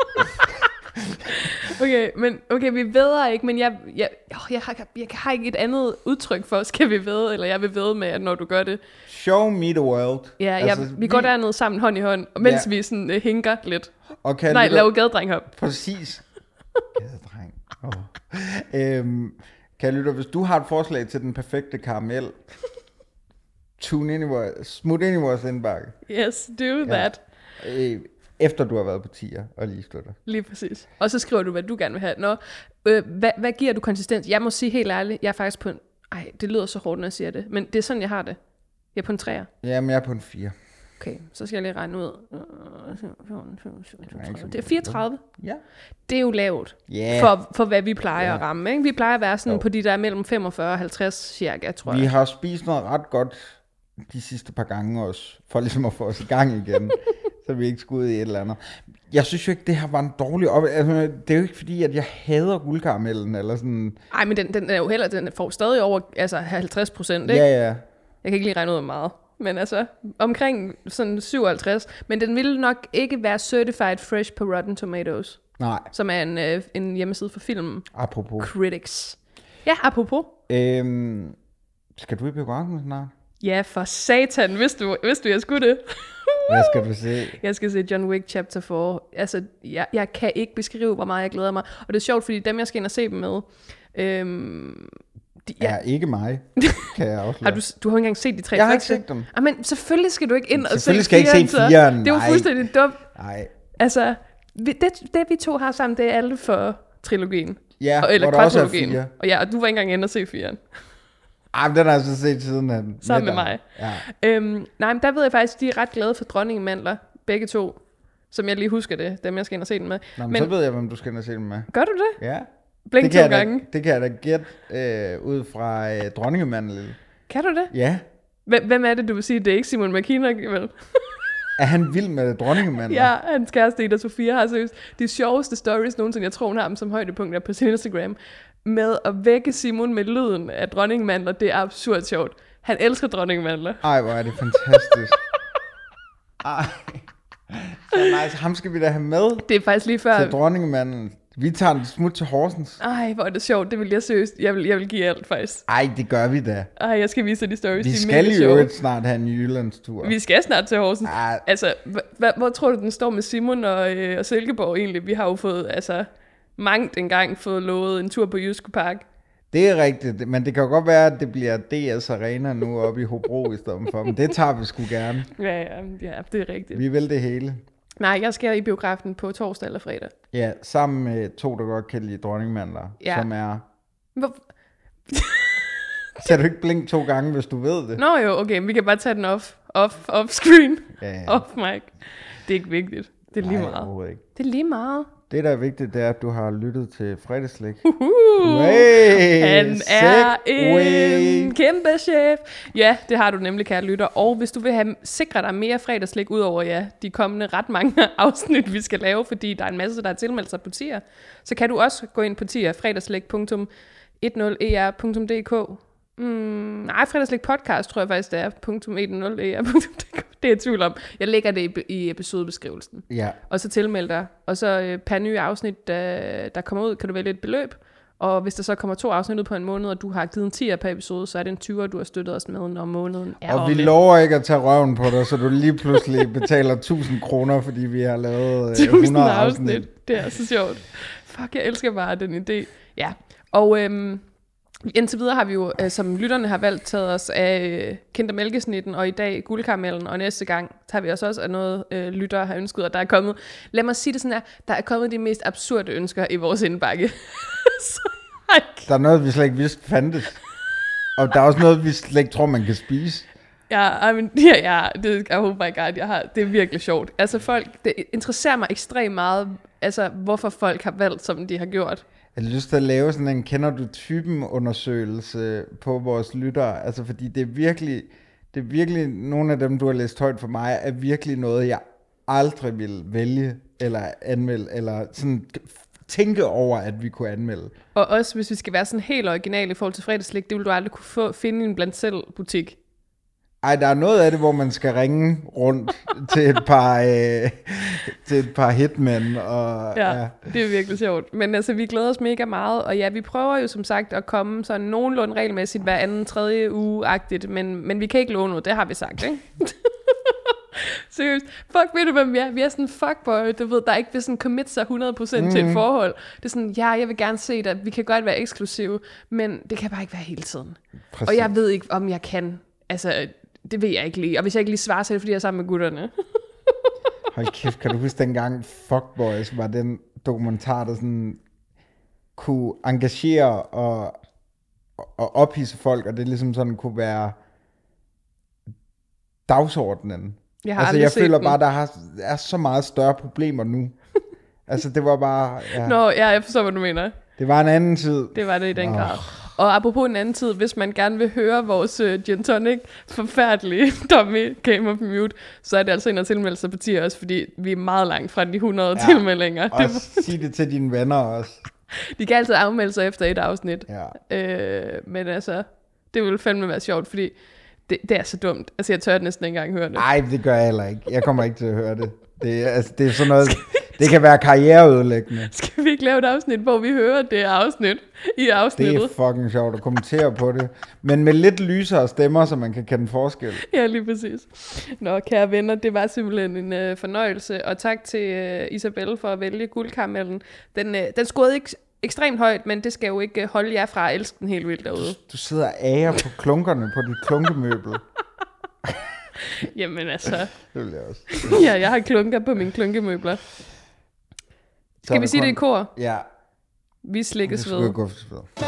Okay, men, okay vi væder ikke, men jeg, jeg, åh, jeg, har, jeg har ikke et andet udtryk for, skal vi væde, eller jeg vil væde med, at når du gør det.
Show me the world.
Ja, altså, jeg, vi, går dernede sammen hånd i hånd, og mens
Ja.
ja. vi sådan, øh, hinker lidt.
Og kan
Nej,
lytter-
lav gadedrenghop.
Præcis. Gadedreng. Oh. Øhm, kan lytte, hvis du har et forslag til den perfekte karamel, tune ind i vores, smut ind i vores indbakke,
Yes, do that.
øh, efter du har været på tier og lige støtter.
Lige præcis. Og så skriver du, hvad du gerne vil have. Nå, øh, hvad, hvad giver du konsistens? Jeg må sige helt ærligt, jeg er faktisk på en... Ej, det lyder så hårdt, når jeg siger det. Men det er sådan, jeg har det. Jeg er på en træer.
Jamen, jeg er på en 4.
Okay, så skal jeg lige regne ud. Det er 34.
Ja.
Det er jo lavt
Ja.
for, for, hvad vi plejer at ramme. Ikke? Vi plejer at være sådan
Jo.
på de der mellem 45 og 50 cirka, tror
Vi
jeg.
har spist noget ret godt de sidste par gange også, for ligesom at få os i gang igen, så vi ikke skulle ud i et eller andet. Jeg synes jo ikke, det her var en dårlig op... Altså, det er jo ikke fordi, at jeg hader guldkaramellen, eller sådan...
Ej, men den, den er jo heller, den får stadig over altså 50 procent, ikke?
Ja, ja.
Jeg kan ikke lige regne ud, hvor meget. Men altså, omkring sådan 57. Men den ville nok ikke være certified fresh på Rotten Tomatoes,
Nej,
som er en, øh, en hjemmeside for film
apropos.
critics. Ja, apropos.
Øhm, skal du i biografen snart?
Ja, for satan, vidste du, vidste du jeg skulle det?
Hvad skal du se?
Jeg skal se John Wick Chapter 4. Altså, jeg, jeg kan ikke beskrive, hvor meget jeg glæder mig. Og det er sjovt, fordi dem, jeg skal ind og se dem med, øhm, de, ja,
Ja, ikke mig, kan jeg afsløre.
Har du, du har jo ikke engang set de tre
Jeg har
første.
ikke set dem.
Ah, men selvfølgelig skal du ikke ind og se
Selvfølgelig skal jeg ikke se
fireren, så.
fireren,
Det er jo
nej.
fuldstændig dumt.
Nej.
Altså, vi, det, det vi to har sammen, det er alle for trilogien.
Ja,
og, eller
hvor der også er
kvadrilogien.
fire.
Og ja, og du var ikke engang inde og se firen.
Ej, men den har jeg så set siden han.
Sammen med
dig.
mig.
Ja.
Øhm, nej, men der ved jeg faktisk, at de er ret glade for dronningemandler, begge to. Som jeg lige husker det, dem jeg skal ind og se den med.
Nå, men,
men
så ved jeg, hvem du skal ind og se den med.
gør du det?
Ja.
Blink
det
to
kan jeg
gange.
Da, det kan jeg da gætte øh, ud fra øh, dronningemandel.
Kan du det?
Ja.
Hvem, hvem er det, du vil sige? Det er ikke Simon McKinnock, vel?
Er han vild med dronningemandel?
Ja, hans kæreste Ida Sofia har seriøst de sjoveste stories nogensinde. Jeg tror, hun har dem som højdepunkter på sin Instagram. Med at vække Simon med lyden af dronningmandler. Det er absurd sjovt. Han elsker dronningmandler.
Ej, hvor er det fantastisk. Ej. Så nice. Ham skal vi da have med
Det er faktisk lige
til
før...
dronningemandel. Vi tager en smut til Horsens.
Ej, hvor er det sjovt. Det vil jeg seriøst. Jeg vil, jeg vil give alt, faktisk.
Ej, det gør vi da.
Ej, jeg skal vise dig de stories.
Vi
de er
skal
mega
jo
sjove.
øvrigt Ah. snart have en Jyllandstur.
Vi skal snart til Horsens.
Ej.
Altså, hva- hva- hvor tror du, den står med Simon og, øh, og Silkeborg egentlig? Vi har jo fået, altså, mangt engang fået lovet en tur på Jyske Park.
Det er rigtigt, men det kan jo godt være, at det bliver DS Arena nu oppe i Hobro i stedet for. Men det tager vi sgu gerne.
Ja, ja, ja, det er rigtigt.
Vi vil det hele.
Nej, jeg skal i biografen på torsdag eller fredag.
Ja, sammen med to, der godt kan lide dronningemandler, ja.
Ja.
som er...
Hvor...
Kan du ikke blinke to gange, hvis du ved det?
Nå jo, okay, vi kan bare tage den off, off, off screen,
Ja, ja.
off mic. Det er ikke vigtigt. Det er lige
Nej,
meget.
overhovedet ikke.
Det er lige meget.
Det, der er vigtigt, det er, at du har lyttet til fredagslæg.
Uhuh.
Hey,
Han er
segway.
en kæmpe chef. Ja, det har du nemlig, kære lytter. Og hvis du vil have sikre dig mere fredagslik ud over ja, de kommende ret mange afsnit, vi skal lave, fordi der er en masse, der er tilmeldt sig på tier, så kan du også gå ind på tier e fredagslik.10er.dk mm, Nej, fredagslik podcast tror jeg faktisk, det er .10er.dk Det er jeg i tvivl om. Jeg lægger det i, i episodebeskrivelsen.
Ja.
Og så tilmeld dig. Og så øh, per nye afsnit, der, der kommer ud, kan du vælge et beløb. Og hvis der så kommer to afsnit ud på en måned, og du har givet en 10'er per episode, så er det en 20'er, du har støttet os med, når måneden er
Og vi
omme.
lover ikke at tage røven på dig, så du lige pludselig betaler 1000 kroner, fordi vi har lavet øh,
1000
100 afsnit.
afsnit. afsnit. Det er så sjovt. Fuck, jeg elsker bare den idé. Ja, og øhm, indtil videre har vi jo, øh, som lytterne har valgt, taget os af øh, Kinder Mælkesnitten, og i dag Guldkaramellen, og næste gang tager vi os også af noget, øh, lyttere har ønsket, og der er kommet, lad mig sige det sådan her, der er kommet de mest absurde ønsker i vores indbakke. så jeg,
Der er noget, vi slet ikke vidste fandtes. Og der er også noget, vi slet ikke tror, man kan spise.
ja, I mean, ja, ja, det, oh my god, jeg har, det er virkelig sjovt. Altså folk, det interesserer mig ekstremt meget, altså hvorfor folk har valgt, som de har gjort.
Jeg har lyst til at lave sådan en kender du typen undersøgelse på vores lyttere, altså fordi det er virkelig, det er virkelig, nogle af dem du har læst højt for mig, er virkelig noget, jeg aldrig ville vælge eller anmelde, eller sådan tænke over, at vi kunne anmelde.
Og også, hvis vi skal være sådan helt originale i forhold til fredagslik, det vil du aldrig kunne få, finde i en blandt selv butik.
Ej, der er noget af det, hvor man skal ringe rundt til et par, øh, til et par hitmen, og
Ja, ja, det er virkelig sjovt. Men altså, vi glæder os mega meget, og ja, vi prøver jo som sagt at komme sådan nogenlunde regelmæssigt hver anden, tredje uge-agtigt, men, men vi kan ikke love noget, det har vi sagt, ikke? Seriøst. Fuck, ved du, hvem vi er? Vi er sådan en fuckboy, du ved, der ikke vil sådan commit sig 100% mm. til et forhold. Det er sådan, ja, jeg vil gerne se dig, vi kan godt være eksklusive, men det kan bare ikke være hele tiden.
Præcis.
Og jeg ved ikke, om jeg kan. Altså, det ved jeg ikke lige. Og hvis jeg ikke lige svarer, så er det, fordi jeg er sammen med gutterne.
Hold kæft, kan du huske dengang Fuckboys var den dokumentar, der sådan kunne engagere og, og ophisse folk, og det ligesom sådan kunne være dagsordenen.
Jeg har
altså,
aldrig
jeg
set
føler
den.
bare, der har, er så meget større problemer nu. altså, det var bare... Ja,
Nå, ja, jeg forstår, hvad du mener.
Det var en anden tid.
Det var det i den
Åh.
oh. grad. Og apropos en anden tid, hvis man gerne vil høre vores uh, gin tonic forfærdelige dummy Game of Mute, så er det altså en at tilmelde sig på 10 også, fordi vi er meget langt fra de 100 ja. tilmeldinger.
Og
Det,
sig det til dine venner også.
de kan altid afmelde sig efter et afsnit.
Ja.
Øh, men altså, det ville fandme være sjovt, fordi det, det er så dumt. Altså, jeg tør næsten ikke engang høre det.
Nej, det gør jeg heller ikke. Jeg kommer ikke til at høre det. Det, er- altså, det er sådan noget... Det kan være karriereødelæggende.
Skal vi ikke lave et afsnit, hvor vi hører det afsnit i
Det
afsnittet?
er fucking sjovt at kommentere på det. Men med lidt lysere stemmer, så man kan kende forskel.
Ja, lige præcis. Nå, kære venner, det var simpelthen en øh, fornøjelse, og tak til øh, Isabelle for at vælge guldkaramellen. Den, øh, den scorede ikke ekstremt højt, men det skal jo ikke øh, holde jer fra at elske den helt vildt derude.
Du sidder og ager på klunkerne på dit klunkemøbel.
Jamen altså,
Det vil jeg også.
ja, jeg har klunker på mine klunkemøbler. Skal vi sige det i kor?
Ja.
Vi
Det
slikkes ved.
skulle gå for-